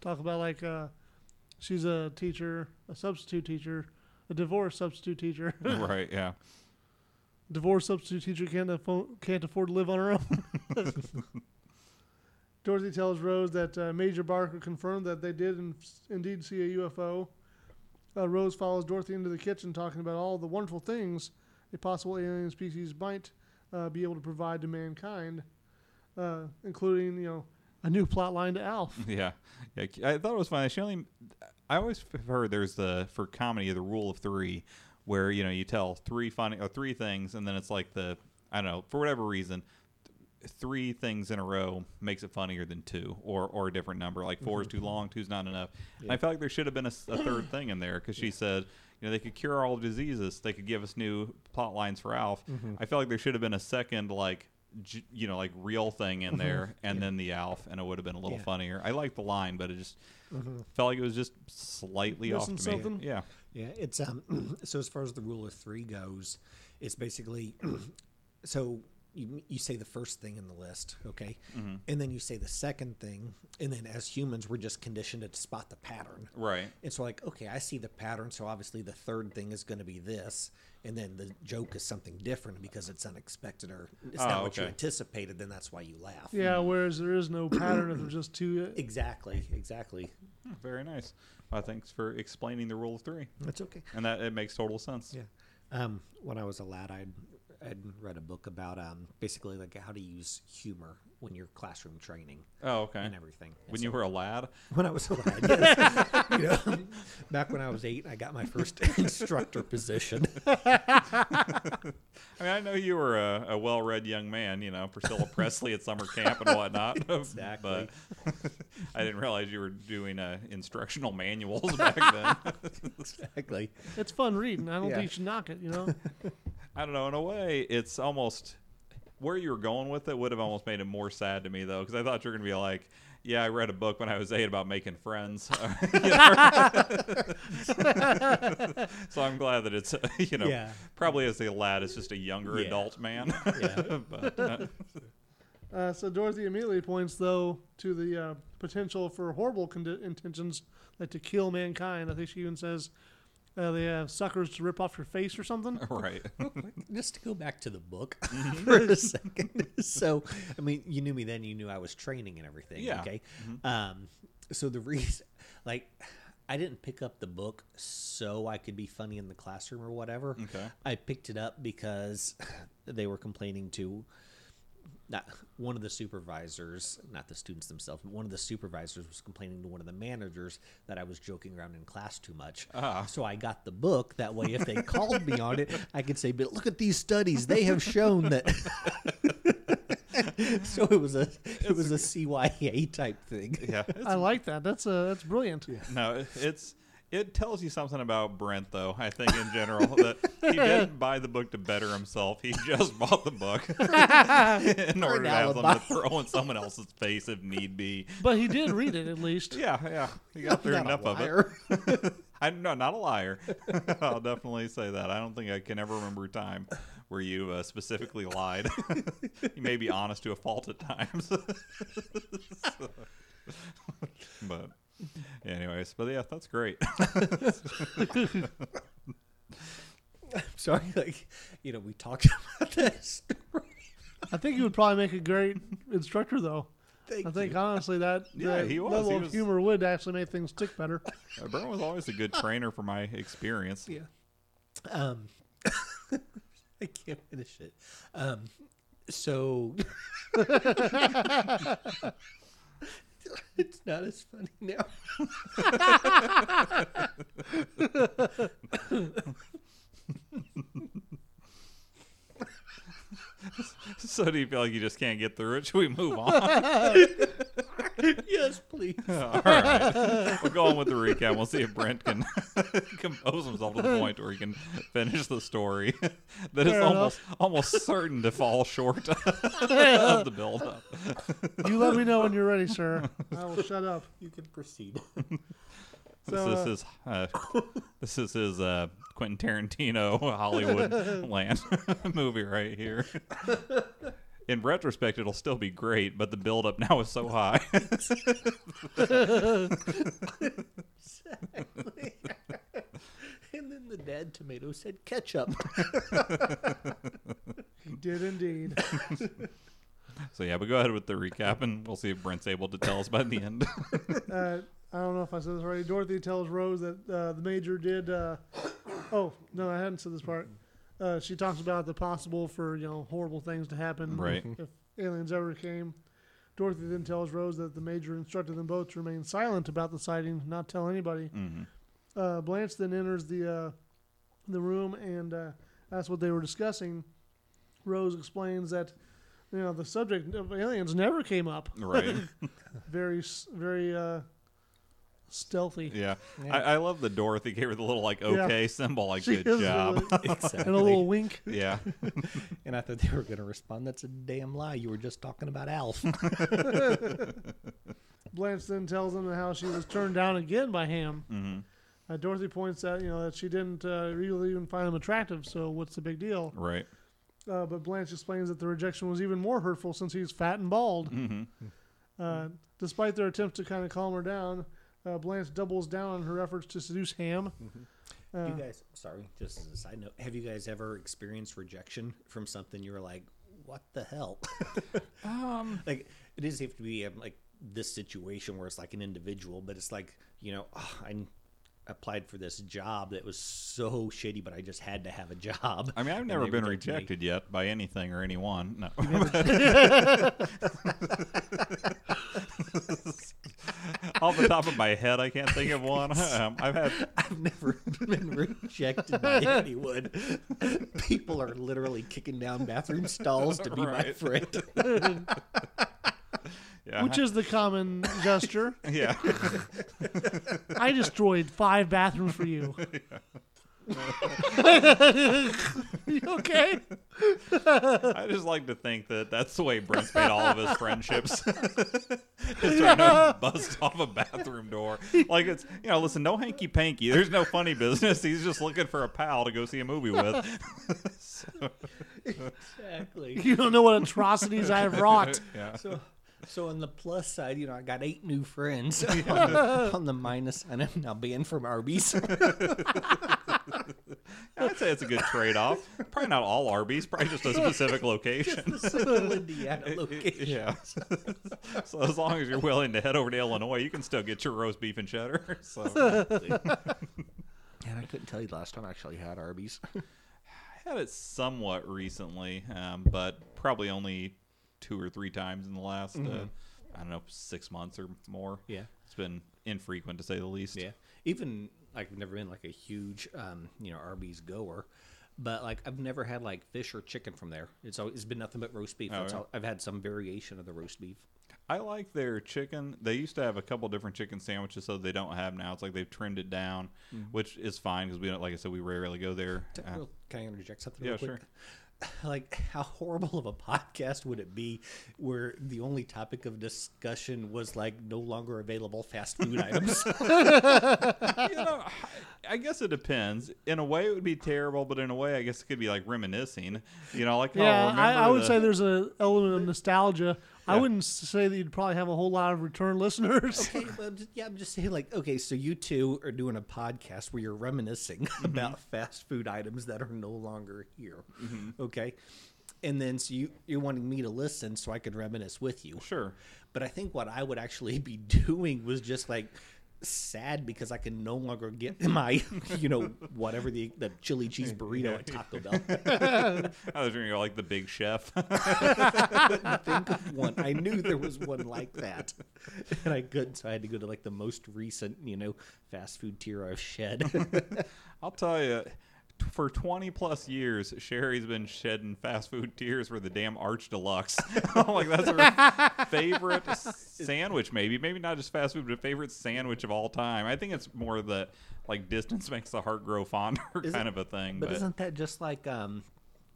[SPEAKER 3] Talk about like uh, she's a teacher, a substitute teacher, a divorced substitute teacher.
[SPEAKER 1] right, yeah.
[SPEAKER 3] divorced substitute teacher can't afford, can't afford to live on her own. Dorothy tells Rose that uh, Major Barker confirmed that they did in, indeed see a UFO. Uh, Rose follows Dorothy into the kitchen, talking about all the wonderful things a possible alien species might uh, be able to provide to mankind, uh, including you know a new plot line to Alf.
[SPEAKER 1] Yeah. yeah. c- I thought it was funny. She only, I always f- heard there's the, for comedy, the rule of three, where, you know, you tell three funny, or three things, and then it's like the, I don't know, for whatever reason, th- three things in a row makes it funnier than two or, or a different number. Like 4 is too long, two's not enough. And I felt like there should have been a, s- a third thing in there because she said, you know, they could cure all diseases. They could give us new plot lines for Alf. I felt like there should have been a second, like, j- you know, like real thing in there, and then the Alf, and it would have been a little
[SPEAKER 2] Yeah.
[SPEAKER 1] funnier. I liked the line, but it just felt like it was just slightly
[SPEAKER 3] Missing
[SPEAKER 1] off to me.
[SPEAKER 3] something?
[SPEAKER 1] Yeah,
[SPEAKER 2] Yeah, it's um. so as far as the rule of three goes, it's basically so you you say the first thing in the list, okay, and then you say the second thing, and then as humans, we're just conditioned to spot the pattern.
[SPEAKER 1] right.
[SPEAKER 2] And so, like, okay, I see the pattern. So obviously, the third thing is going to be this, and then the joke is something different because it's unexpected or it's
[SPEAKER 1] Oh,
[SPEAKER 2] not what you
[SPEAKER 1] okay.
[SPEAKER 2] anticipated. Then that's why you laugh.
[SPEAKER 3] Yeah, whereas there is no pattern if there's just two. uh,
[SPEAKER 2] Exactly. Exactly.
[SPEAKER 1] Hmm, Very nice. Well, thanks for explaining the rule of three,
[SPEAKER 2] That's okay.
[SPEAKER 1] and that it makes total sense.
[SPEAKER 2] Mm. Yeah. Um, when I was a lad, I'd, I'd read a book about um, basically like how to use humor when you're classroom training
[SPEAKER 1] Oh, okay.
[SPEAKER 2] and everything. And
[SPEAKER 1] When
[SPEAKER 2] so-
[SPEAKER 1] you were a lad,
[SPEAKER 2] when I was a lad, yes. you know, back when I was eight, I got my first instructor position.
[SPEAKER 1] I mean, I know you were a, a well-read young man, you know, Priscilla Presley at summer camp and whatnot.
[SPEAKER 2] Exactly.
[SPEAKER 1] But I didn't realize you were doing uh, instructional manuals back then.
[SPEAKER 2] exactly.
[SPEAKER 3] It's fun reading. I don't
[SPEAKER 2] Yeah.
[SPEAKER 3] think you should knock it. You know,
[SPEAKER 1] I don't know. In a way, it's almost where you were going with it would have almost made it more sad to me though, because I thought you were gonna be like, "Yeah, I read a book when I was eight about making friends." You know? so I'm glad that it's uh, you know
[SPEAKER 2] Yeah.
[SPEAKER 1] probably as a lad, it's just a younger
[SPEAKER 2] Yeah.
[SPEAKER 1] adult man.
[SPEAKER 2] Yeah.
[SPEAKER 1] but uh,
[SPEAKER 3] Uh, so Dorothy immediately points, though, to the uh, potential for horrible condi- intentions, like to kill mankind. I think she even says uh, they have suckers to rip off your face or something.
[SPEAKER 1] right,
[SPEAKER 2] Just to go back to the book
[SPEAKER 1] Mm-hmm.
[SPEAKER 2] for a second. so, I mean, you knew me then. You knew I was training and everything.
[SPEAKER 1] Yeah. Mm-hmm.
[SPEAKER 2] Okay. Um, so the reason, like, I didn't pick up the book so I could be funny in the classroom or whatever.
[SPEAKER 1] Okay.
[SPEAKER 2] I picked it up because they were complaining to not one of the supervisors, not the students themselves, but one of the supervisors was complaining to one of the managers that I was joking around in class too much.
[SPEAKER 1] Uh-huh.
[SPEAKER 2] So I got the book. That way, if they called me on it, I could say, "But look at these studies; they have shown that." so it was a it was a CYA type thing.
[SPEAKER 1] yeah. It's,
[SPEAKER 3] I like that. That's uh, that's brilliant.
[SPEAKER 1] no, it's. It tells you something about Brent, though. I think in general that he didn't buy the book to better himself. He just bought the book in order to have something
[SPEAKER 2] alibi.
[SPEAKER 1] to throw in someone else's face if need be.
[SPEAKER 3] But he did read it at least.
[SPEAKER 1] Yeah, yeah. He got through
[SPEAKER 2] Not a
[SPEAKER 1] enough of it.
[SPEAKER 2] liar.
[SPEAKER 1] I no, not a liar. I'll definitely say that. I don't think I can ever remember a time where you uh, specifically lied. you may be honest to a fault at times. So- but anyways, but yeah, that's great.
[SPEAKER 2] Sorry, like you know, we talked about this.
[SPEAKER 3] I think he would probably make a great instructor, though.
[SPEAKER 2] Thank
[SPEAKER 3] I think honestly that
[SPEAKER 1] Yeah,
[SPEAKER 3] that
[SPEAKER 1] he was.
[SPEAKER 3] level
[SPEAKER 1] He
[SPEAKER 3] of
[SPEAKER 1] was-
[SPEAKER 3] humor would actually make things stick better.
[SPEAKER 1] Uh, Brent was always a good trainer for my experience.
[SPEAKER 2] Yeah. Um, I can't finish it. Um, so it's not as funny now.
[SPEAKER 1] So do you feel like you just can't get through it? Should we move on?
[SPEAKER 2] yes, please.
[SPEAKER 1] All right. We'll go on with the recap. We'll see if Brent can compose himself to the point where he can finish the story that is
[SPEAKER 4] Fair
[SPEAKER 1] almost almost certain to fall short of the build-up.
[SPEAKER 4] You let me know when you're ready, sir.
[SPEAKER 3] I will shut up.
[SPEAKER 4] You can proceed.
[SPEAKER 3] So,
[SPEAKER 1] this,
[SPEAKER 3] uh,
[SPEAKER 1] is his, uh, this is his uh, Quentin Tarantino Hollywood land movie right here. In retrospect, it'll still be great, but the build-up now is so high.
[SPEAKER 2] Exactly. and then the dad tomato said ketchup.
[SPEAKER 3] He did indeed.
[SPEAKER 1] so yeah, but go ahead with the recap, and we'll see if Brent's able to tell us by the end.
[SPEAKER 3] uh, I don't know if I said this already. Dorothy tells Rose that uh, the major did. Uh, oh no, I hadn't said this part. Uh, she talks about the possible for you know horrible things to happen
[SPEAKER 1] Right.
[SPEAKER 3] if aliens ever came. Dorothy then tells Rose that the major instructed them both to remain silent about the sighting, not tell anybody.
[SPEAKER 1] hmm
[SPEAKER 3] Uh, Blanche then enters the uh, the room and uh, asks what they were discussing. Rose explains that you know the subject of aliens never came up.
[SPEAKER 1] Right.
[SPEAKER 3] Very s- very uh, stealthy.
[SPEAKER 1] Yeah. I, I love the Dorothy gave her the little like
[SPEAKER 3] Yeah.
[SPEAKER 1] okay symbol, like
[SPEAKER 3] She
[SPEAKER 1] good
[SPEAKER 3] is
[SPEAKER 1] job.
[SPEAKER 3] really-
[SPEAKER 4] exactly.
[SPEAKER 3] and a little wink.
[SPEAKER 1] yeah.
[SPEAKER 2] and I thought they were going to respond, that's a damn lie. You were just talking about Alf.
[SPEAKER 3] Blanche then tells them how she was turned down again by Ham.
[SPEAKER 1] Mhm.
[SPEAKER 3] Uh, Dorothy points out, you know, that she didn't uh, really even find him attractive. So what's the big deal?
[SPEAKER 1] Right.
[SPEAKER 3] Uh, but Blanche explains that the rejection was even more hurtful since he's fat and bald.
[SPEAKER 1] hmm
[SPEAKER 3] Uh, despite their attempts to kind of calm her down, uh, Blanche doubles down on her efforts to seduce Ham.
[SPEAKER 2] you
[SPEAKER 3] Uh,
[SPEAKER 2] guys, sorry, just as a side note, have you guys ever experienced rejection from something you were like, what the hell?
[SPEAKER 1] Um.
[SPEAKER 2] like, it doesn't have to be um, like this situation where it's like an individual, but it's like, you know, "Ah, I applied for this job that was so shitty, but I just had to have a job.
[SPEAKER 1] I mean, I've
[SPEAKER 2] And
[SPEAKER 1] never
[SPEAKER 2] they
[SPEAKER 1] been
[SPEAKER 2] rejected me.
[SPEAKER 1] rejected yet by anything or anyone. No. Off the top of my head, I can't think of one. Um, I've had
[SPEAKER 2] I've never been rejected by anyone. People are literally kicking down bathroom stalls to be my
[SPEAKER 1] Right.
[SPEAKER 2] friend.
[SPEAKER 1] yeah,
[SPEAKER 3] Which is the common gesture.
[SPEAKER 1] yeah.
[SPEAKER 3] I destroyed five bathrooms for you. you okay?
[SPEAKER 1] I just like to think that that's the way Brent's made all of his friendships. Is trying to bust off a bathroom door. Like it's you know, listen, no hanky panky. There's no funny business. He's just looking for a pal to go see a movie with. So,
[SPEAKER 2] Exactly.
[SPEAKER 3] You don't know what atrocities I have wrought.
[SPEAKER 1] yeah.
[SPEAKER 2] So, so on the plus side, you know, I got eight new friends. on, the, on the minus side, I'm now banned from Arby's.
[SPEAKER 1] I'd say it's a good trade off. Probably not all Arby's, probably just a specific location.
[SPEAKER 2] the Central Indiana location.
[SPEAKER 1] Yeah. so as long as you're willing to head over to Illinois, you can still get your roast beef and cheddar. So
[SPEAKER 2] And I couldn't tell you the last time I actually had Arby's.
[SPEAKER 1] I had it somewhat recently, um, but probably only two or three times in the last,
[SPEAKER 3] Mm-hmm.
[SPEAKER 1] uh, I don't know, six months or more.
[SPEAKER 2] Yeah.
[SPEAKER 1] It's been infrequent to say the least.
[SPEAKER 2] Yeah. Even like I've never been like a huge um, you know, Arby's goer. But like I've never had like fish or chicken from there. It's always it's been nothing but roast beef.
[SPEAKER 1] Oh,
[SPEAKER 2] That's
[SPEAKER 1] yeah.
[SPEAKER 2] all, I've had some variation of the roast beef.
[SPEAKER 1] I like their chicken. They used to have a couple different chicken sandwiches, so they don't have now. It's like they've trimmed it down,
[SPEAKER 3] Mm-hmm.
[SPEAKER 1] which is fine because we don't, like I said, we rarely go there.
[SPEAKER 2] T-
[SPEAKER 1] Uh,
[SPEAKER 2] real- Can I interject something?
[SPEAKER 1] yeah,
[SPEAKER 2] real quick? Like, how horrible of a podcast would it be where the only topic of discussion was like no longer available fast food items?
[SPEAKER 1] you know, I guess it depends. In a way, it would be terrible, but in a way, I guess it could be like reminiscing. You know, like
[SPEAKER 3] Yeah,
[SPEAKER 1] oh, remember
[SPEAKER 3] I, I would
[SPEAKER 1] the-
[SPEAKER 3] say there's an element of nostalgia. I
[SPEAKER 1] Yeah.
[SPEAKER 3] wouldn't s- say that you'd probably have a whole lot of return listeners.
[SPEAKER 2] Okay, well, I'm just- yeah, I'm just saying, like, okay, so you two are doing a podcast where you're reminiscing about fast food items that are no longer here. Okay. And then so you, you're wanting me to listen so I could reminisce with you.
[SPEAKER 1] sure.
[SPEAKER 2] But I think what I would actually be doing was just like sad because I can no longer get my, you know, whatever the, the chili cheese burrito at Taco Bell.
[SPEAKER 1] I was going like the Big Chef.
[SPEAKER 2] think of one. I knew there was one like that, and I couldn't, so I had to go to like the most recent, you know, fast food tier I've shed.
[SPEAKER 1] I'll tell you, t- for 20 plus years, Sherry's been shedding fast food tears for the damn Arch Deluxe. I'm like, that's her favorite sandwich, maybe. Maybe not just fast food, but favorite sandwich of all time. I think it's more the like distance makes the heart grow fonder
[SPEAKER 2] Is
[SPEAKER 1] kind of
[SPEAKER 2] it-
[SPEAKER 1] a thing.
[SPEAKER 2] But
[SPEAKER 1] But,
[SPEAKER 2] isn't that just like um,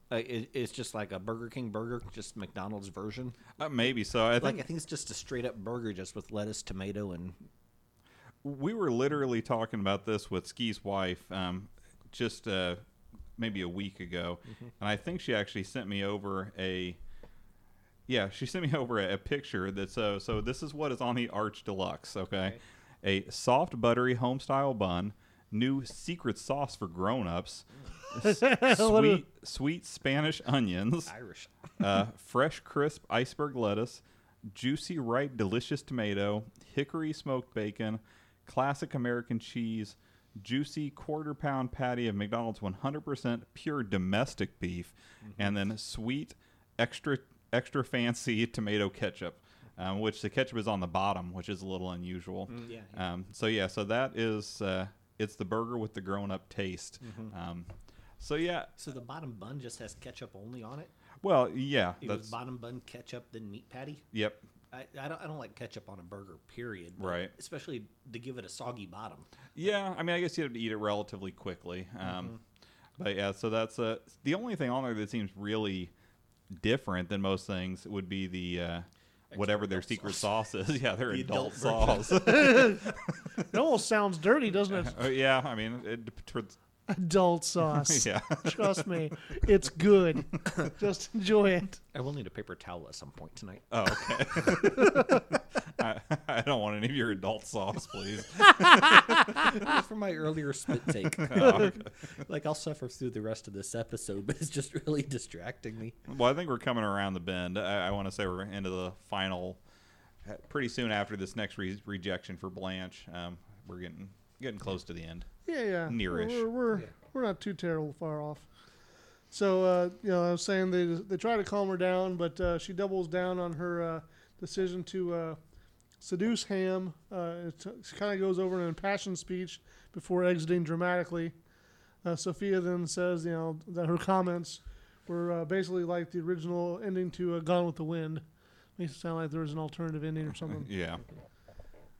[SPEAKER 2] uh, it, it's just like a Burger King burger, just McDonald's version?
[SPEAKER 1] uh, maybe so. I think
[SPEAKER 2] Like I think it's just a straight up burger, just with lettuce, tomato, and
[SPEAKER 1] we were literally talking about this with Ski's wife um, just uh, maybe a week ago, and I think she actually sent me over a yeah, she sent me over a, a picture that so so this is what is on the Arch Deluxe, okay? A soft buttery home style bun, new secret sauce for grown-ups, s- sweet sweet Spanish onions
[SPEAKER 2] Irish.
[SPEAKER 1] uh, fresh, crisp iceberg lettuce, juicy, ripe, delicious tomato, hickory smoked bacon, classic American cheese, juicy quarter pound patty of McDonald's 100% pure domestic beef,
[SPEAKER 2] Mm-hmm.
[SPEAKER 1] and then sweet, extra, extra fancy tomato ketchup. Um, which the ketchup is on the bottom, which is a little unusual.
[SPEAKER 2] Mm, yeah,
[SPEAKER 1] Um, so yeah, so that is uh, it's the burger with the grown-up taste.
[SPEAKER 2] Mm-hmm.
[SPEAKER 1] Um, so yeah,
[SPEAKER 2] So the bottom bun just has ketchup only on it.
[SPEAKER 1] well yeah,
[SPEAKER 2] It was
[SPEAKER 1] that's
[SPEAKER 2] bottom bun ketchup, then meat patty.
[SPEAKER 1] yep.
[SPEAKER 2] I, I don't I don't like ketchup on a burger, period. but
[SPEAKER 1] Right.
[SPEAKER 2] Especially to give it a soggy bottom.
[SPEAKER 1] Yeah, I mean, I guess you have to eat it relatively quickly. Um, But yeah, so that's uh, the only thing on there that seems really different than most things would be the uh, whatever their secret sauce. is. Yeah, their adult, sauce.
[SPEAKER 3] It almost sounds dirty, doesn't it?
[SPEAKER 1] Oh, yeah, I mean, it, dep- towards-
[SPEAKER 3] Adult sauce.
[SPEAKER 1] yeah,
[SPEAKER 3] Trust me, it's good. Just enjoy it.
[SPEAKER 2] I will need a paper towel at some point tonight.
[SPEAKER 1] oh, okay. I, I don't want any of your adult sauce, please.
[SPEAKER 2] for my earlier spit take. Like I'll suffer through the rest of this episode, but it's just really distracting me.
[SPEAKER 1] Well, I think we're coming around the bend. I, I want to say we're into the final, uh, pretty soon after this next re- rejection for Blanche. Um, we're getting getting close to the end.
[SPEAKER 3] Yeah, yeah.
[SPEAKER 1] Nearish.
[SPEAKER 3] We're we're,
[SPEAKER 2] Yeah.
[SPEAKER 3] we're not too terrible far off. So uh, you know, I was saying they they try to calm her down, but uh, she doubles down on her uh, decision to uh, seduce Ham. Uh, it she kind of goes over an impassioned speech before exiting dramatically. Uh, Sophia then says, you know, that her comments were uh, basically like the original ending to uh, Gone with the Wind. Makes it sound like there was an alternative ending or something.
[SPEAKER 1] Yeah.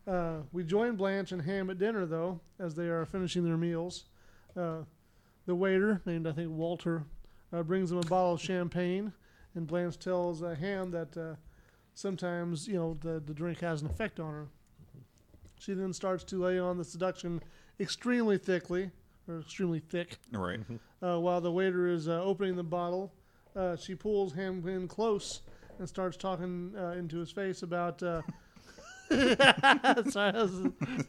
[SPEAKER 3] Uh, we join Blanche and Ham at dinner, though, as they are finishing their meals. Uh, the waiter, named I think Walter, uh, brings them a bottle of champagne, and Blanche tells uh, Ham that uh, sometimes you know the, the drink has an effect on her. She then starts to lay on the seduction extremely thickly, or extremely thick,
[SPEAKER 1] Right.
[SPEAKER 3] uh, while the waiter is uh, opening the bottle, uh, she pulls him in close and starts talking uh, into his face about. Uh, sorry, that was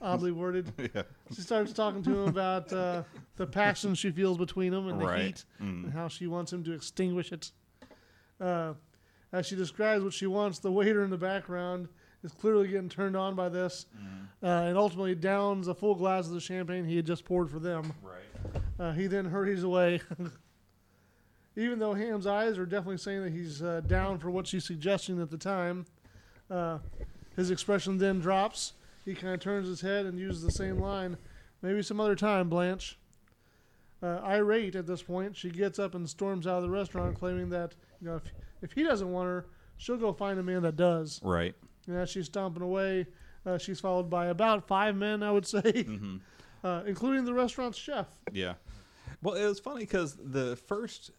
[SPEAKER 3] oddly worded.
[SPEAKER 1] Yeah.
[SPEAKER 3] She starts talking to him about uh, the passion she feels between them and the
[SPEAKER 1] Right.
[SPEAKER 3] heat and how she wants him to extinguish it. Uh, as she describes what she wants, the waiter in the background is clearly getting turned on by this
[SPEAKER 1] Mm.
[SPEAKER 3] uh, and ultimately downs a full glass of the champagne he had just poured for them.
[SPEAKER 1] Right.
[SPEAKER 3] Uh, he then hurries away. Even though Ham's eyes are definitely saying that he's uh, down for what she's suggesting at the time, uh, his expression then drops. He kind of turns his head and uses the same line. Maybe some other time, Blanche. Uh, irate at this point, she gets up and storms out of the restaurant, claiming that you know, if, if he doesn't want her, she'll go find a man that does.
[SPEAKER 1] Right.
[SPEAKER 3] And as she's stomping away, uh, she's followed by about five men, I would say, uh, including the restaurant's chef.
[SPEAKER 1] Yeah. Well, it was funny because the first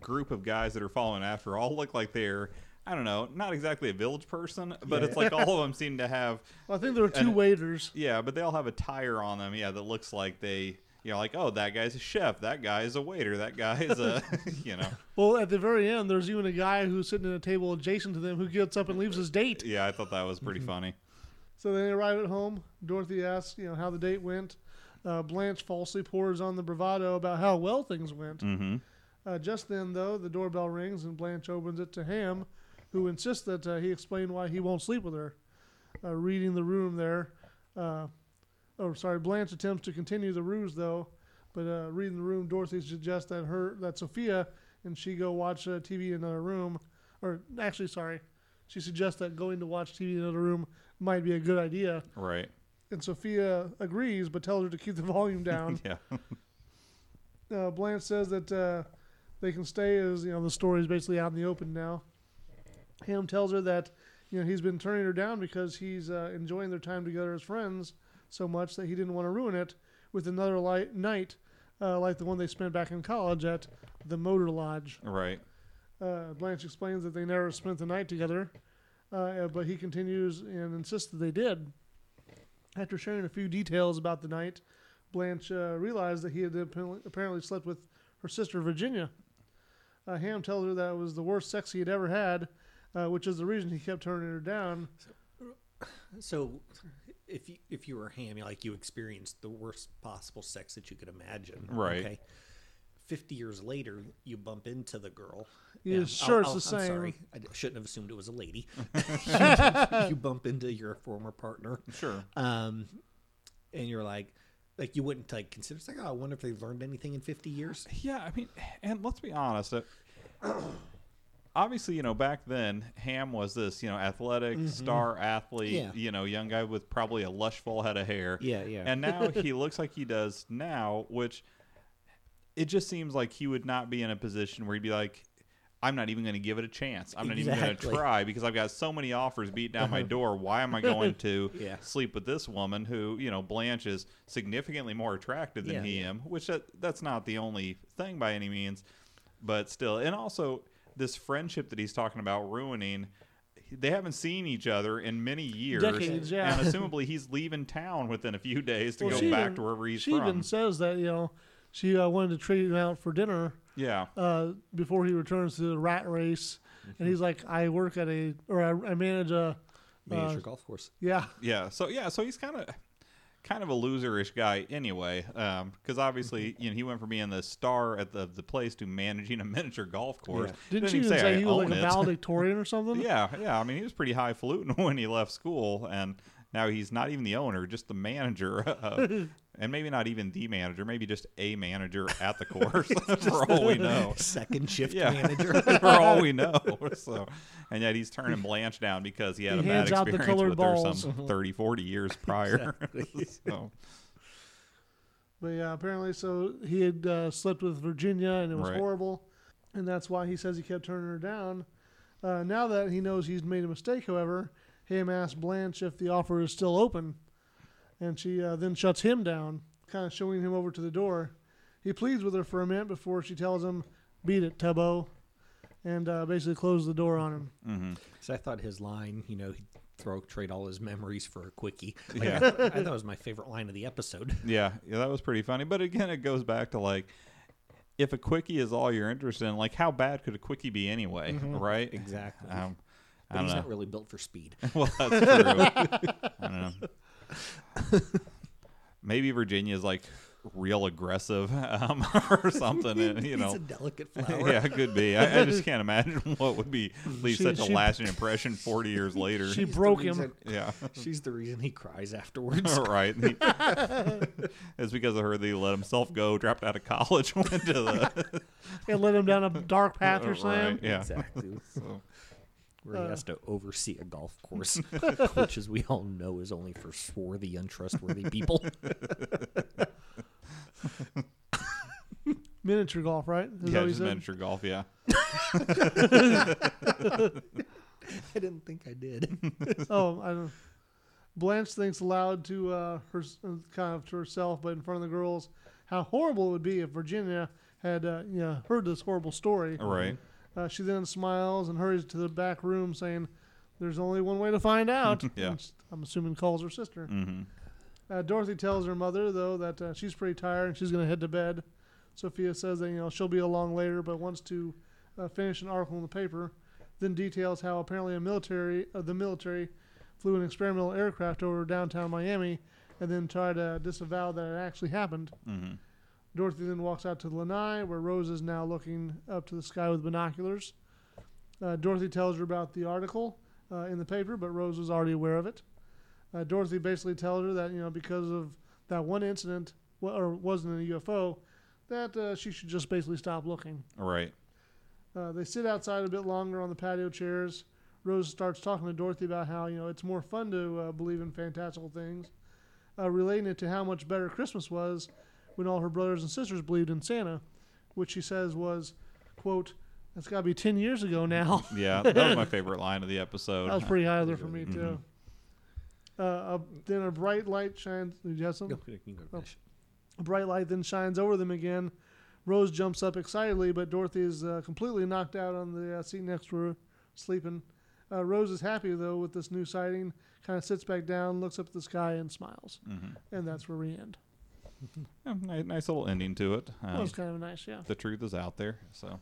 [SPEAKER 1] group of guys that are following after all look like they're, I don't know, not exactly a village person, but it's like all of them seem to have,
[SPEAKER 3] Well, I think there were two
[SPEAKER 1] And-
[SPEAKER 3] waiters.
[SPEAKER 1] yeah, but they all have a tire on them, yeah, that looks like they, you know, like, oh, that guy's a chef, that guy is a waiter, that guy is a, you know,
[SPEAKER 3] Well, at the very end, there's even a guy who's sitting at a table adjacent to them who gets up and leaves his date.
[SPEAKER 1] yeah, I thought that was pretty funny.
[SPEAKER 3] So they arrive at home. Dorothy asks, you know, how the date went. Uh, Blanche falsely pours on the bravado about how well things went.
[SPEAKER 1] Mm-hmm.
[SPEAKER 3] Uh, just then, though, the doorbell rings and Blanche opens it to Ham, who insists that uh, he explain why he won't sleep with her. Uh, reading the room there, uh, oh sorry, Blanche attempts to continue the ruse though, but uh, reading the room, Dorothy suggests that her that Sophia and she go watch uh, TV in another room, or actually sorry, she suggests that going to watch TV in another room might be a good idea,
[SPEAKER 1] Right.
[SPEAKER 3] and Sophia agrees but tells her to keep the volume down.
[SPEAKER 1] Yeah.
[SPEAKER 3] uh, Blanche says that uh, they can stay as you know the story is basically out in the open now. Ham tells her that you know he's been turning her down because he's uh, enjoying their time together as friends so much that he didn't want to ruin it with another light night uh, like the one they spent back in college at the Motor Lodge.
[SPEAKER 1] Right.
[SPEAKER 3] Uh, Blanche explains that they never spent the night together, uh, uh, but he continues and insists that they did. After sharing a few details about the night, Blanche uh, realized that he had apparently apparently slept with her sister Virginia. Uh, Ham tells her that it was the worst sex he had ever had, uh, which is the reason he kept turning her down.
[SPEAKER 2] So, if you if you were ham, you- like you experienced the worst possible sex that you could imagine.
[SPEAKER 1] Right.
[SPEAKER 2] Fifty years later, you bump into the girl.
[SPEAKER 3] Yeah,
[SPEAKER 2] and-
[SPEAKER 3] sure, it's the
[SPEAKER 2] I'm
[SPEAKER 3] same.
[SPEAKER 2] sorry, I d- shouldn't have assumed it was a lady. you, you bump into your former partner,
[SPEAKER 1] Sure.
[SPEAKER 2] um, and you're like, like you wouldn't like consider. It's like, oh, I wonder if they've learned anything in fifty years.
[SPEAKER 1] Yeah, I mean, and let's be honest. uh, obviously, you know, back then, Ham was this, you know, athletic star athlete,
[SPEAKER 2] Yeah.
[SPEAKER 1] you know, young guy with probably a lush full head of hair.
[SPEAKER 2] Yeah, yeah.
[SPEAKER 1] And now he looks like he does now, which it just seems like he would not be in a position where he'd be like, I'm not even going to give it a chance. I'm not even going
[SPEAKER 2] Exactly. Uh-huh.
[SPEAKER 1] to try because I've got so many offers beat down my door. Why am I going to
[SPEAKER 2] Yeah.
[SPEAKER 1] sleep with this woman who, you know, Blanche is significantly more attractive than
[SPEAKER 2] Yeah.
[SPEAKER 1] he am, which that, that's not the only thing by any means, but still. And also, this friendship that he's talking about ruining, they haven't seen each other in many years.
[SPEAKER 3] Decades, yeah.
[SPEAKER 1] And assumably, he's leaving town within a few days to
[SPEAKER 3] Well,
[SPEAKER 1] go
[SPEAKER 3] she
[SPEAKER 1] back
[SPEAKER 3] even-
[SPEAKER 1] to wherever he's
[SPEAKER 3] she
[SPEAKER 1] from.
[SPEAKER 3] even says that you know she uh, wanted to treat him out for dinner
[SPEAKER 1] yeah.
[SPEAKER 3] uh, before he returns to the rat race,
[SPEAKER 1] Mm-hmm.
[SPEAKER 3] and he's like, "I work at a or I, I manage a
[SPEAKER 2] Manage
[SPEAKER 3] uh,
[SPEAKER 2] your golf course.
[SPEAKER 3] yeah."
[SPEAKER 1] Yeah. So yeah. So he's kind of kind of a loserish guy anyway, because obviously
[SPEAKER 3] Mm-hmm.
[SPEAKER 1] you know he went from being the star at the the place to managing a miniature golf course.
[SPEAKER 2] Yeah.
[SPEAKER 3] Didn't
[SPEAKER 1] Doesn't
[SPEAKER 3] she even say,
[SPEAKER 1] "I
[SPEAKER 3] he was
[SPEAKER 1] own
[SPEAKER 3] like a
[SPEAKER 1] it."
[SPEAKER 3] valedictorian or something?
[SPEAKER 1] yeah. Yeah. I mean, he was pretty highfalutin when he left school, and now he's not even the owner, just the manager. Of, And maybe not even the manager, maybe just a manager at the course, for all we know.
[SPEAKER 2] Second shift
[SPEAKER 1] Yeah.
[SPEAKER 2] manager.
[SPEAKER 1] for all we know. So, and yet he's turning Blanche down because he had
[SPEAKER 3] He
[SPEAKER 1] a bad
[SPEAKER 3] hands out the
[SPEAKER 1] experience
[SPEAKER 3] colored
[SPEAKER 1] with
[SPEAKER 3] balls.
[SPEAKER 2] Mm-hmm.
[SPEAKER 1] her some 30, 40 years prior. so,
[SPEAKER 3] But yeah, apparently, so he had uh, slept with Virginia, and it was
[SPEAKER 1] Right.
[SPEAKER 3] horrible, and that's why he says he kept turning her down. Uh, now that he knows he's made a mistake, however, Ham asks Blanche if the offer is still open, and she uh, then shuts him down, kind of showing him over to the door. He pleads with her for a minute before she tells him, "Beat it, Tubbo," and uh, basically closes the door on him.
[SPEAKER 2] So I thought his line, you know, he'd throw trade all his memories for a quickie. Like,
[SPEAKER 1] Yeah.
[SPEAKER 2] I, thought, I thought it was my favorite line of the episode.
[SPEAKER 1] yeah, yeah, that was pretty funny. But again, it goes back to like, if a quickie is all you're interested in, like, how bad could a quickie be anyway, right?
[SPEAKER 2] Mm-hmm. Exactly.
[SPEAKER 1] Um, I
[SPEAKER 2] But
[SPEAKER 1] don't
[SPEAKER 2] he's
[SPEAKER 1] know.
[SPEAKER 2] not really built for speed.
[SPEAKER 1] Well, that's true. I don't know. Maybe Virginia's like real aggressive um, or something, and, you know.
[SPEAKER 2] he's a delicate flower.
[SPEAKER 1] Yeah, it could be. I, I just can't imagine what would be leave
[SPEAKER 3] She-
[SPEAKER 1] such a
[SPEAKER 3] she-
[SPEAKER 1] lasting impression forty years later.
[SPEAKER 3] She
[SPEAKER 2] She's the
[SPEAKER 3] broke him.
[SPEAKER 2] reason-
[SPEAKER 1] yeah.
[SPEAKER 2] She's the reason he cries afterwards.
[SPEAKER 1] All right. it's because of her that he let himself go, dropped out of college, went to the
[SPEAKER 3] and led him down a dark path or
[SPEAKER 1] Right,
[SPEAKER 3] something.
[SPEAKER 1] Yeah.
[SPEAKER 2] Exactly.
[SPEAKER 1] So,
[SPEAKER 2] Where he has to oversee a golf course, which, as we all know, is only for swarthy, untrustworthy people.
[SPEAKER 3] Miniature golf, right? Is that
[SPEAKER 1] yeah,
[SPEAKER 3] what he
[SPEAKER 1] just
[SPEAKER 3] said?
[SPEAKER 1] miniature golf. Yeah.
[SPEAKER 2] I didn't think I did.
[SPEAKER 3] oh, I don't. Blanche thinks aloud to uh, her, kind of to herself, but in front of the girls, how horrible it would be if Virginia had, uh, you know, heard this horrible story.
[SPEAKER 1] All right.
[SPEAKER 3] Uh, she then smiles and hurries to the back room, saying, "There's only one way to find out."
[SPEAKER 1] Yeah.
[SPEAKER 3] which I'm assuming calls her sister. Uh, Dorothy tells her mother though that uh, she's pretty tired and she's going to head to bed. Sophia says that you know she'll be along later, but wants to uh, finish an article in the paper. Then details how apparently a military uh, the military flew an experimental aircraft over downtown Miami, and then tried to disavow that it actually happened. Dorothy then walks out to Lanai, where Rose is now looking up to the sky with binoculars. Uh, Dorothy tells her about the article uh, in the paper, but Rose was already aware of it. Uh, Dorothy basically tells her that you know because of that one incident, wa- or wasn't a UFO, that uh, she should just basically stop looking.
[SPEAKER 1] All right.
[SPEAKER 3] Uh, they sit outside a bit longer on the patio chairs. Rose starts talking to Dorothy about how you know it's more fun to uh, believe in fantastical things, uh, relating it to how much better Christmas was when all her brothers and sisters believed in Santa, which she says was, quote, that's got to be 10 years ago now.
[SPEAKER 1] Yeah, that was my favorite line of the episode.
[SPEAKER 3] that was pretty high there for me, too. Uh, a, then a bright light shines. Did you have something?
[SPEAKER 2] Go, you can go finish.
[SPEAKER 3] A bright light then shines over them again. Rose jumps up excitedly, but Dorothy is uh, completely knocked out on the uh, seat next to her, sleeping. Uh, Rose is happy, though, with this new sighting, kind of sits back down, looks up at the sky, and smiles. And that's where we end.
[SPEAKER 1] Mm-hmm. Yeah, ni- nice, little ending to it.
[SPEAKER 3] That
[SPEAKER 1] Um,
[SPEAKER 3] was kind of nice, yeah.
[SPEAKER 1] the truth is out there. So,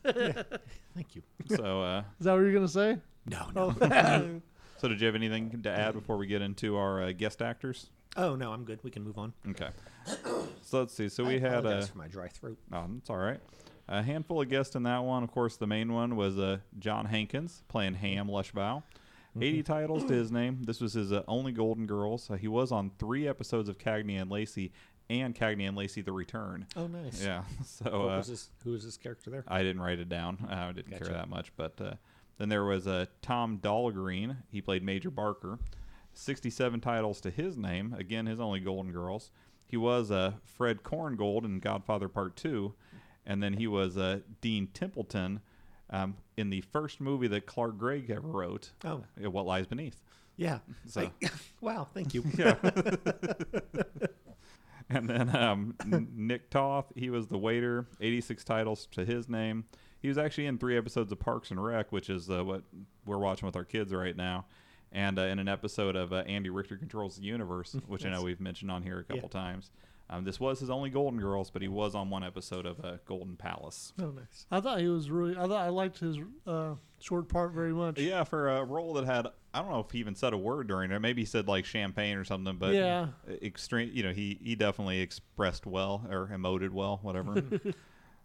[SPEAKER 2] Thank you.
[SPEAKER 1] so, uh,
[SPEAKER 3] Is that what you're going to say?
[SPEAKER 2] No, no.
[SPEAKER 3] Oh.
[SPEAKER 1] so did you have anything to add before we get into our uh, guest actors?
[SPEAKER 2] Oh no, I'm good. We can move on.
[SPEAKER 1] Okay. So let's see. So
[SPEAKER 2] I
[SPEAKER 1] we had uh,
[SPEAKER 2] apologize
[SPEAKER 1] a.
[SPEAKER 2] for my dry throat.
[SPEAKER 1] Oh, it's all right. A handful of guests in that one. Of course, the main one was uh, John Hankins playing Ham Lushbow.
[SPEAKER 2] Mm-hmm.
[SPEAKER 1] 80 titles to his name. This was his uh, only Golden Girls. Uh, he was on three episodes of Cagney and Lacey and Cagney and Lacey The Return.
[SPEAKER 2] Oh nice.
[SPEAKER 1] Yeah. So
[SPEAKER 2] What
[SPEAKER 1] uh,
[SPEAKER 2] was this? Who was this character there?
[SPEAKER 1] I didn't write it down. I didn't
[SPEAKER 2] Gotcha.
[SPEAKER 1] care that much. But uh, then there was uh, Tom Dahlgreen. He played Major Barker. 67 titles to his name. Again, his only Golden Girls. He was uh, Fred Korngold in Godfather Part 2. And then he was uh, Dean Templeton um, in the first movie that Clark Gregg ever wrote,
[SPEAKER 2] Oh
[SPEAKER 1] uh, What Lies Beneath.
[SPEAKER 2] yeah.
[SPEAKER 1] So-
[SPEAKER 2] I- wow. Thank you.
[SPEAKER 1] And then um, N- Nick Toth, he was the waiter, 86 titles to his name. He was actually in three episodes of Parks and Rec, which is uh, what we're watching with our kids right now, and uh, in an episode of uh, Andy Richter Controls the Universe, which I know we've mentioned on here a couple times. Um, this was his only Golden Girls, but he was on one episode of uh, Golden Palace.
[SPEAKER 2] Oh nice.
[SPEAKER 3] I thought he was really, I thought I liked his uh, short part very much.
[SPEAKER 1] Yeah, for a role that had, I don't know if he even said a word during it. Maybe he said like champagne or something, but
[SPEAKER 3] Yeah.
[SPEAKER 1] extreme. You know, he he definitely expressed well or emoted well, whatever.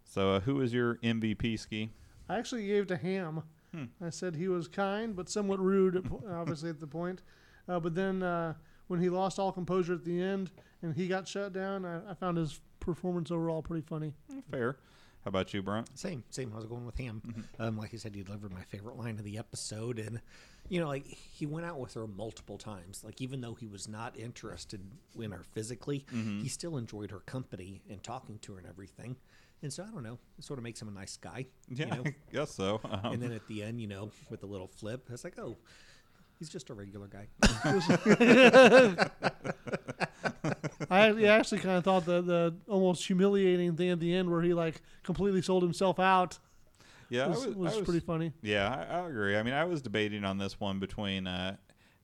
[SPEAKER 1] so, uh, who is your MVP ski?
[SPEAKER 3] I actually gave to Ham.
[SPEAKER 1] Hmm.
[SPEAKER 3] I said he was kind but somewhat rude, at po- obviously at the point. Uh, but then uh, when he lost all composure at the end and he got shut down, I, I found his performance overall pretty funny.
[SPEAKER 1] Fair. How about you, Brent?
[SPEAKER 2] Same, same. I was going with him.
[SPEAKER 1] Mm-hmm.
[SPEAKER 2] Um, like I said, he delivered my favorite line of the episode, and you know, like he went out with her multiple times. Like even though he was not interested in her physically,
[SPEAKER 1] Mm-hmm.
[SPEAKER 2] he still enjoyed her company and talking to her and everything. And so I don't know, it sort of makes him a nice guy.
[SPEAKER 1] Yeah,
[SPEAKER 2] You know?
[SPEAKER 1] I guess so. Um,
[SPEAKER 2] and then at the end, you know, with the little flip, it's like, oh, he's just a regular guy.
[SPEAKER 3] I ac- yeah, actually kind of thought the, the almost humiliating thing at the end where he like completely sold himself out
[SPEAKER 1] yeah, I was-
[SPEAKER 3] was,
[SPEAKER 1] I
[SPEAKER 3] was
[SPEAKER 1] was-
[SPEAKER 3] pretty funny.
[SPEAKER 1] Yeah, I, I agree. I mean, I was debating on this one between uh,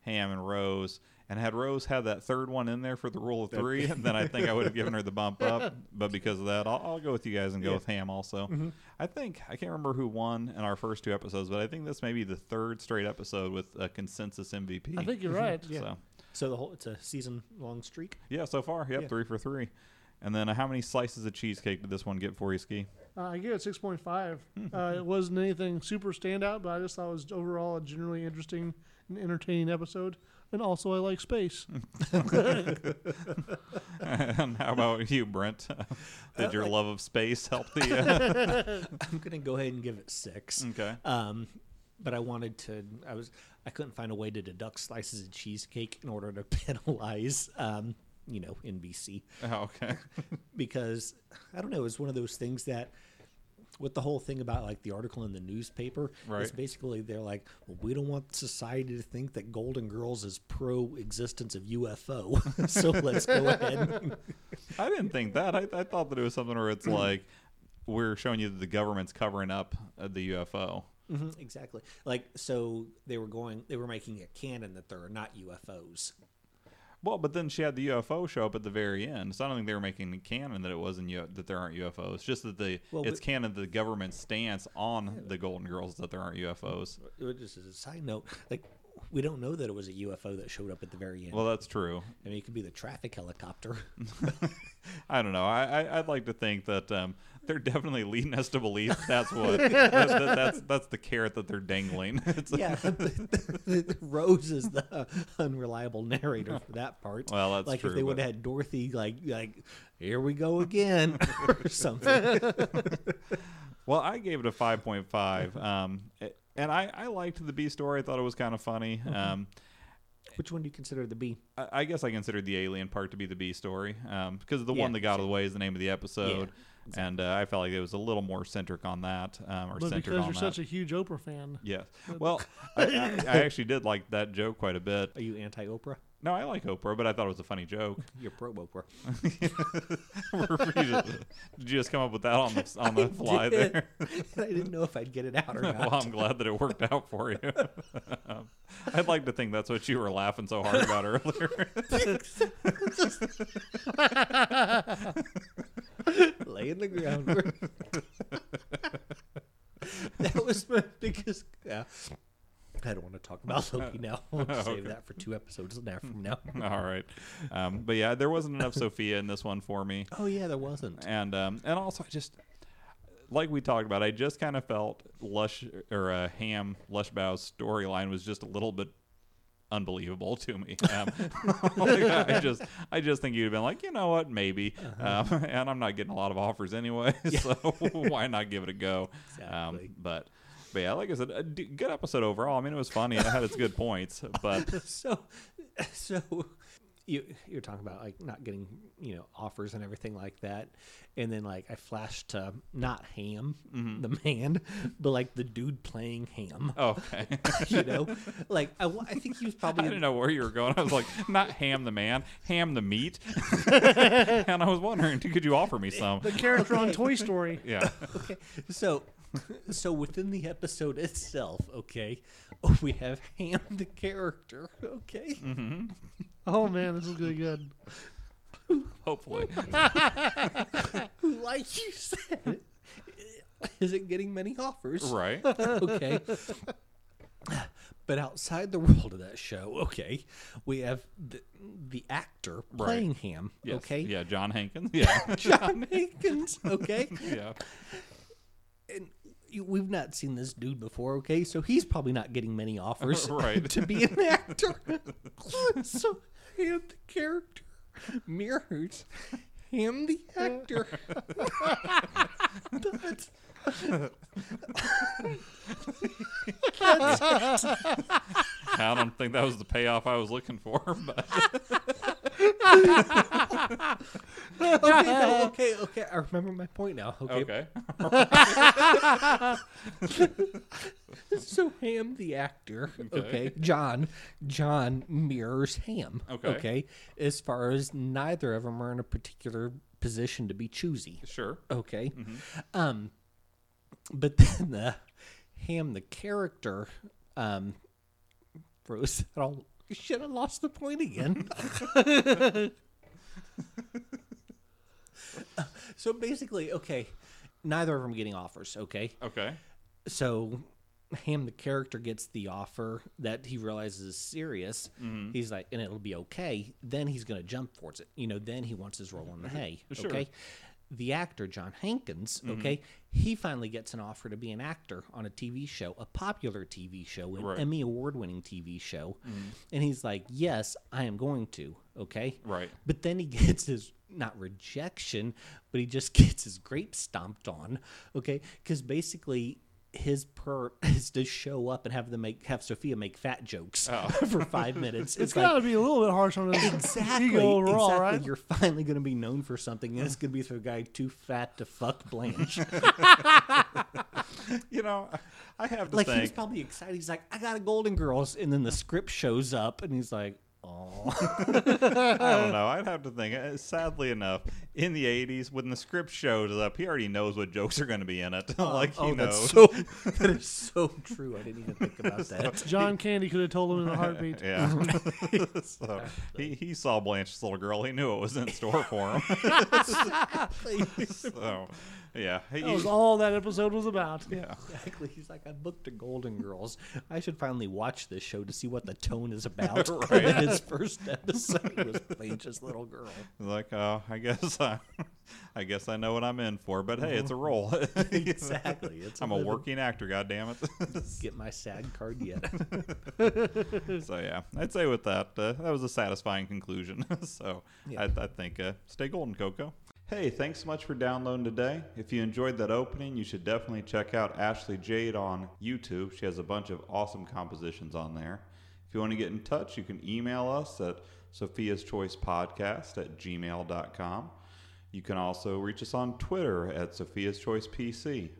[SPEAKER 1] Ham and Rose, and had Rose had that third one in there for the rule of three, then I think I would have given her the bump up. But because of that, I'll, I'll go with you guys and go with Ham also.
[SPEAKER 3] Mm-hmm.
[SPEAKER 1] I think I can't remember who won in our first two episodes, but I think this may be the third straight episode with a consensus MVP.
[SPEAKER 3] I think you're right.
[SPEAKER 1] So
[SPEAKER 2] so the whole it's a season long streak.
[SPEAKER 1] yeah, so far, yep,
[SPEAKER 2] Yeah.
[SPEAKER 1] three for three. And then, uh, how many slices of cheesecake did this one get for you, Ski?
[SPEAKER 3] Uh, I gave it 6.5.
[SPEAKER 1] Hmm.
[SPEAKER 3] uh, it wasn't anything super standout, but I just thought it was overall a generally interesting and entertaining episode. And also, I like space.
[SPEAKER 1] and how about you, Brent?
[SPEAKER 3] Uh,
[SPEAKER 1] Did your love of space help the? Uh,
[SPEAKER 2] I'm gonna go ahead and give it six.
[SPEAKER 1] okay.
[SPEAKER 2] Um, but I wanted to. I was. I couldn't find a way to deduct slices of cheesecake in order to penalize, um, you know, NBC
[SPEAKER 1] Oh, okay.
[SPEAKER 2] because I don't know. It's one of those things that with the whole thing about like the article in the newspaper it's
[SPEAKER 1] Right.
[SPEAKER 2] basically they're like well, we don't want society to think that golden girls is pro existence of ufo so let's go ahead
[SPEAKER 1] I didn't think that. I, I thought that it was something where it's like we're showing you that the government's covering up uh, the UFO.
[SPEAKER 2] Mhm, exactly like so they were going they were making a canon that there are not ufos
[SPEAKER 1] Well, but then she had the UFO show up at the very end, so I don't think they were making the canon that it wasn't U- that there aren't UFOs. Just that the
[SPEAKER 2] Well,
[SPEAKER 1] it's
[SPEAKER 2] but-
[SPEAKER 1] canon that the government's stance on the Golden Girls that there aren't UFOs.
[SPEAKER 2] Uh, just as a side note, like we don't know that it was a UFO that showed up at the very end.
[SPEAKER 1] Well, that's true.
[SPEAKER 2] I mean, it could be the traffic helicopter.
[SPEAKER 1] I don't know. I, I I'd like to think that um, they're definitely leading us to believe that's what that, that- that's that's the carrot that they're dangling. It's
[SPEAKER 2] yeah, the, the, the Rose is the unreliable narrator for that part.
[SPEAKER 1] Well, that's
[SPEAKER 2] like
[SPEAKER 1] true,
[SPEAKER 2] if they would
[SPEAKER 1] but-
[SPEAKER 2] have had Dorothy, like like here we go again or something.
[SPEAKER 1] Well, I gave it a
[SPEAKER 3] Mm-hmm.
[SPEAKER 1] 5.5. Um, a- and I, I liked the B story. I thought it was kind of funny. Um,
[SPEAKER 2] Which one do you consider the B?
[SPEAKER 1] I, I guess I considered the alien part to be the B story um, because the
[SPEAKER 2] Yeah,
[SPEAKER 1] one that got away is the name of the episode,
[SPEAKER 2] exactly.
[SPEAKER 1] and uh, I felt like it was a little more centric on that, um, or
[SPEAKER 3] But
[SPEAKER 1] centered
[SPEAKER 3] because
[SPEAKER 1] on
[SPEAKER 3] you're
[SPEAKER 1] that.
[SPEAKER 3] such a huge Oprah fan,
[SPEAKER 1] Yes. Well, I, I, I actually did like that joke quite a bit.
[SPEAKER 2] Are you anti Oprah?
[SPEAKER 1] No, I like Oprah, but I thought it was a funny joke.
[SPEAKER 2] You're pro Oprah.
[SPEAKER 1] For me to- did you just come up with that on the, on the fly
[SPEAKER 2] did.
[SPEAKER 1] there?
[SPEAKER 2] I didn't know if I'd get it out or not.
[SPEAKER 1] well, I'm glad that it worked out for you. Um, I'd like to think that's what you were laughing so hard about earlier.
[SPEAKER 2] laying the groundwork. that was my biggest. Yeah. I don't want to talk about Loki now. I'll save that for two episodes now from now.
[SPEAKER 1] All right. Um, but yeah, there wasn't enough Sophia in this one for me.
[SPEAKER 2] Oh yeah, there wasn't.
[SPEAKER 1] and um, and also I just like we talked about, I just kind of felt Lush or uh, Ham Lushbow's storyline was just a little bit unbelievable to me. Um, like, I just I just think you'd have been like, you know what, maybe. Um, and I'm not getting a lot of offers anyway, so why not give it a go?
[SPEAKER 2] Exactly.
[SPEAKER 1] Um, but. But yeah, like I said, a d- good episode overall. I mean, it was funny and it had its good points, but
[SPEAKER 2] So, so you you're talking about like not getting you know offers and everything like that, and then like I flashed to not Ham
[SPEAKER 1] Mm-hmm.
[SPEAKER 2] the man, but like the dude playing Ham.
[SPEAKER 1] okay.
[SPEAKER 2] You know, like I, wa- I think he was
[SPEAKER 1] I
[SPEAKER 2] probably in-
[SPEAKER 1] didn't know where you were going. I was like, not ham the man, ham the meat. and I was wondering, could you offer me some?
[SPEAKER 3] the character on Toy Story.
[SPEAKER 1] Yeah.
[SPEAKER 2] okay. So, so within the episode itself, okay, we have Ham the character, okay,
[SPEAKER 1] Mm.
[SPEAKER 3] Oh man, this is gonna be good.
[SPEAKER 1] Hopefully.
[SPEAKER 2] who, like you said, isn't getting many offers,
[SPEAKER 1] Right.
[SPEAKER 2] okay. But outside the world of that show, okay, we have the, the actor playing Ham,
[SPEAKER 1] Yes.
[SPEAKER 2] okay,
[SPEAKER 1] Yeah, John Hankins. Yeah.
[SPEAKER 2] John Hankins, okay,
[SPEAKER 1] yeah.
[SPEAKER 2] and you- we've not seen this dude before, okay? So he's probably not getting many offers
[SPEAKER 1] Right.
[SPEAKER 2] to be an actor. so him the character mirrors him the actor. That's-
[SPEAKER 1] I don't think that was the payoff I was looking for, but
[SPEAKER 2] okay, no, okay, okay. I remember my point now. Okay,
[SPEAKER 1] okay.
[SPEAKER 2] so Ham the actor, okay.
[SPEAKER 1] Okay.
[SPEAKER 2] John, John mirrors Ham,
[SPEAKER 1] Okay.
[SPEAKER 2] okay. As far as neither of them are in a particular position to be choosy,
[SPEAKER 1] Sure.
[SPEAKER 2] Okay. Um, but then the Ham, the character, um, froze it all. Shit, I lost the point again. so basically, okay, neither of them getting offers. Okay,
[SPEAKER 1] Okay.
[SPEAKER 2] so Ham, the character, gets the offer that he realizes is serious.
[SPEAKER 1] Mm-hmm.
[SPEAKER 2] He's like, and it'll be okay. Then he's going to jump towards it. You know, then he wants his role in the hay.
[SPEAKER 1] Sure. Mm-hmm.
[SPEAKER 2] Okay. The actor, John Hankins, okay, he finally gets an offer to be an actor on a TV show, a popular TV show, an
[SPEAKER 1] Right. Mm-hmm.
[SPEAKER 2] Emmy award winning TV show. And he's like, yes, I am going to. Okay.
[SPEAKER 1] Right.
[SPEAKER 2] But then he gets his not rejection, but he just gets his grape stomped on. Okay, because basically his per is to show up and have them make have Sophia make fat jokes for five minutes.
[SPEAKER 3] It's
[SPEAKER 2] It's, like.
[SPEAKER 3] gotta be a little bit harsh on his
[SPEAKER 2] Exactly.
[SPEAKER 3] ego overall,
[SPEAKER 2] exactly.
[SPEAKER 3] right?
[SPEAKER 2] You're finally going to be known for something, and it's going to be for a guy too fat to fuck Blanche.
[SPEAKER 1] You know, I have to
[SPEAKER 2] like he was
[SPEAKER 1] think.
[SPEAKER 2] probably excited. He's like, "I got a Golden Girls," and then the script shows up, and he's like, "Oh,
[SPEAKER 1] I don't know. I'd have to think. Uh, Sadly enough, in the '80s, when the script shows up, he already knows what jokes are going to be in it. like he
[SPEAKER 2] oh,
[SPEAKER 1] knows.
[SPEAKER 2] that's so that is so true. I didn't even think about that."
[SPEAKER 3] John Candy could have told him in a heartbeat.
[SPEAKER 1] Yeah. so he, he saw Blanche's little girl. He knew it was in store for him. so, yeah. He,
[SPEAKER 3] That was all that episode was about.
[SPEAKER 1] yeah.
[SPEAKER 2] Exactly. He's like, I booked a Golden Girls. I should finally watch this show to see what the tone is about.
[SPEAKER 1] Right.
[SPEAKER 2] And his first episode was Blanche's little girl.
[SPEAKER 1] Like, uh, I guess I, I guess I know what I'm in for. But hey, it's a
[SPEAKER 3] Mm-hmm.
[SPEAKER 1] role.
[SPEAKER 2] Exactly. It's
[SPEAKER 1] I'm a
[SPEAKER 2] living-
[SPEAKER 1] working actor. God damn it.
[SPEAKER 2] Get my sad card yet?
[SPEAKER 1] so yeah, I'd say with that, uh, that was a satisfying conclusion. so I, I think uh, stay golden, Coco. Hey, thanks so much for downloading today. If you enjoyed that opening, you should definitely check out Ashley Jade on YouTube. She has a bunch of awesome compositions on there. If you want to get in touch, you can email us at Sophia's Choice Podcast at gmail.com. You can also reach us on Twitter at Sophia's Choice PC.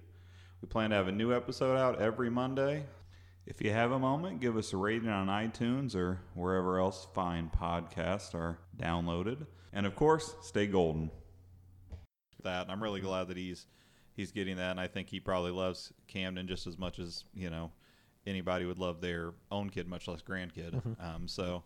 [SPEAKER 1] We plan to have a new episode out every Monday. If you have a moment, give us a rating on iTunes or wherever else fine podcasts are downloaded. And of course, stay golden. That and I'm really glad that he's he's getting that, and I think he probably loves Camden just as much as you know anybody would love their own kid, much less grandkid.
[SPEAKER 3] Mm-hmm.
[SPEAKER 1] Um, so,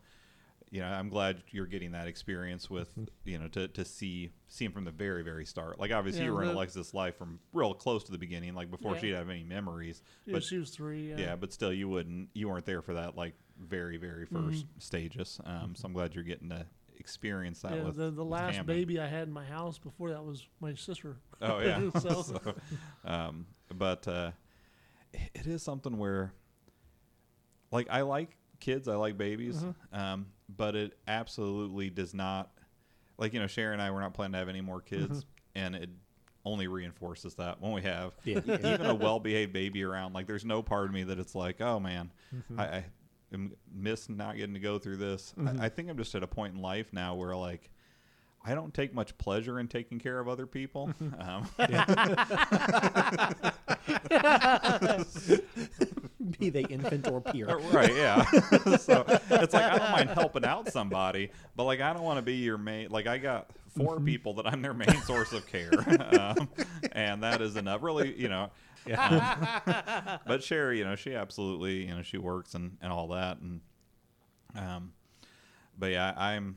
[SPEAKER 1] you know, I'm glad you're getting that experience with you know to, to see see him from the very very start. Like obviously
[SPEAKER 3] Mm-hmm. Yeah,
[SPEAKER 1] you were in
[SPEAKER 3] the-
[SPEAKER 1] Alexis' life from real close to the beginning, like before
[SPEAKER 3] Yeah.
[SPEAKER 1] she'd have any memories.
[SPEAKER 3] Yeah,
[SPEAKER 1] but
[SPEAKER 3] she was three. Yeah.
[SPEAKER 1] yeah, but still, you wouldn't, you weren't there for that like very, very
[SPEAKER 3] Mm-hmm.
[SPEAKER 1] 1st stages. Um, so I'm glad you're getting to experience that
[SPEAKER 3] Yeah,
[SPEAKER 1] with
[SPEAKER 3] the, the
[SPEAKER 1] with
[SPEAKER 3] last
[SPEAKER 1] Hammond.
[SPEAKER 3] baby I had in my house before that was my sister.
[SPEAKER 1] Oh yeah.
[SPEAKER 3] So-
[SPEAKER 1] So, um, but uh, i- it is something where, like, I like kids, I like babies,
[SPEAKER 3] Mm-hmm.
[SPEAKER 1] um, but it absolutely does not. Like you know, Sharon and I were not planning to have any more kids,
[SPEAKER 3] Mm-hmm.
[SPEAKER 1] and it only reinforces that when we have
[SPEAKER 2] Yeah.
[SPEAKER 1] even a well-behaved baby around. Like, there's no part of me that it's like, oh man, I. I am miss not getting to go through this. I, I think I'm just at a point in life now where like I don't take much pleasure in taking care of other people. Um,
[SPEAKER 2] Be they infant or peer.
[SPEAKER 1] right, yeah. so it's like I don't mind helping out somebody, but like I don't want to be your main. Like I got 4 people that I'm their main source of care, um, and that is enough. Really, you know. um, but Sherry, you know, she absolutely, you know, she works and and all that, and um, but yeah, I'm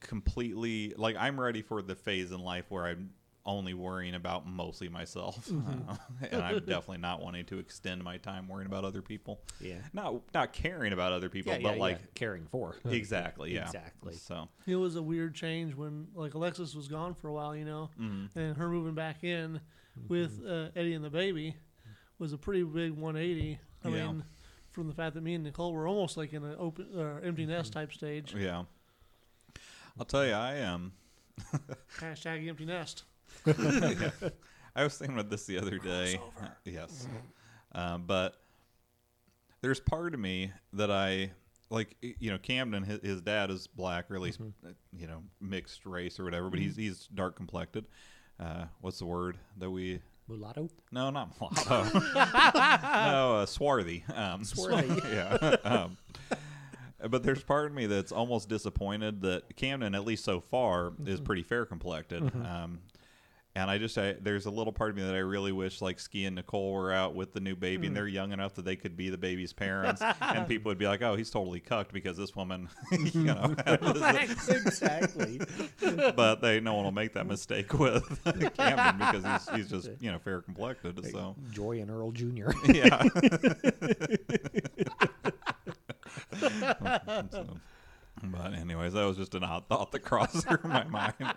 [SPEAKER 1] completely like I'm ready for the phase in life where I'm only worrying about mostly myself, Uh, and I'm definitely not wanting to extend my time worrying about other people.
[SPEAKER 2] Yeah.
[SPEAKER 1] not not caring about other people,
[SPEAKER 2] Yeah,
[SPEAKER 1] but
[SPEAKER 2] yeah,
[SPEAKER 1] like
[SPEAKER 2] yeah. caring for.
[SPEAKER 1] exactly, yeah,
[SPEAKER 2] Exactly.
[SPEAKER 1] So
[SPEAKER 3] It was a weird change when like Alexis was gone for a while, you know,
[SPEAKER 1] mm-hmm.
[SPEAKER 3] and her moving back in with uh, Eddie and the baby was a pretty big 180. I
[SPEAKER 1] Yeah.
[SPEAKER 3] mean, from the fact that me and Nicole were almost like in an open uh, empty nest type stage.
[SPEAKER 1] yeah, I'll tell you, I um,
[SPEAKER 3] Hashtag empty nest.
[SPEAKER 1] I was thinking about this the other day. Yes, um, but there's part of me that I like. y- You know, Camden, his, his dad is black, or at least uh, you know mixed race or whatever, but he's he's dark complected. Uh, what's the word that we?
[SPEAKER 2] Mulatto.
[SPEAKER 1] No, not mulatto. no, uh, swarthy. Um,
[SPEAKER 2] Swarthy.
[SPEAKER 1] yeah. um, but there's part of me that's almost disappointed that Camden, at least so far, is pretty fair complected. Um, and I just, I, there's a little part of me that I really wish like Ski and Nicole were out with the new baby and they're young enough that they could be the baby's parents. and people would be like, oh, he's totally cucked because this woman, you know,
[SPEAKER 2] exactly.
[SPEAKER 1] but they no one will make that mistake with Camden because he's, he's just, you know, fair complected. So,
[SPEAKER 2] Joy and Earl Jr.
[SPEAKER 1] yeah. So, but anyways, that was just an odd thought that crossed through my mind.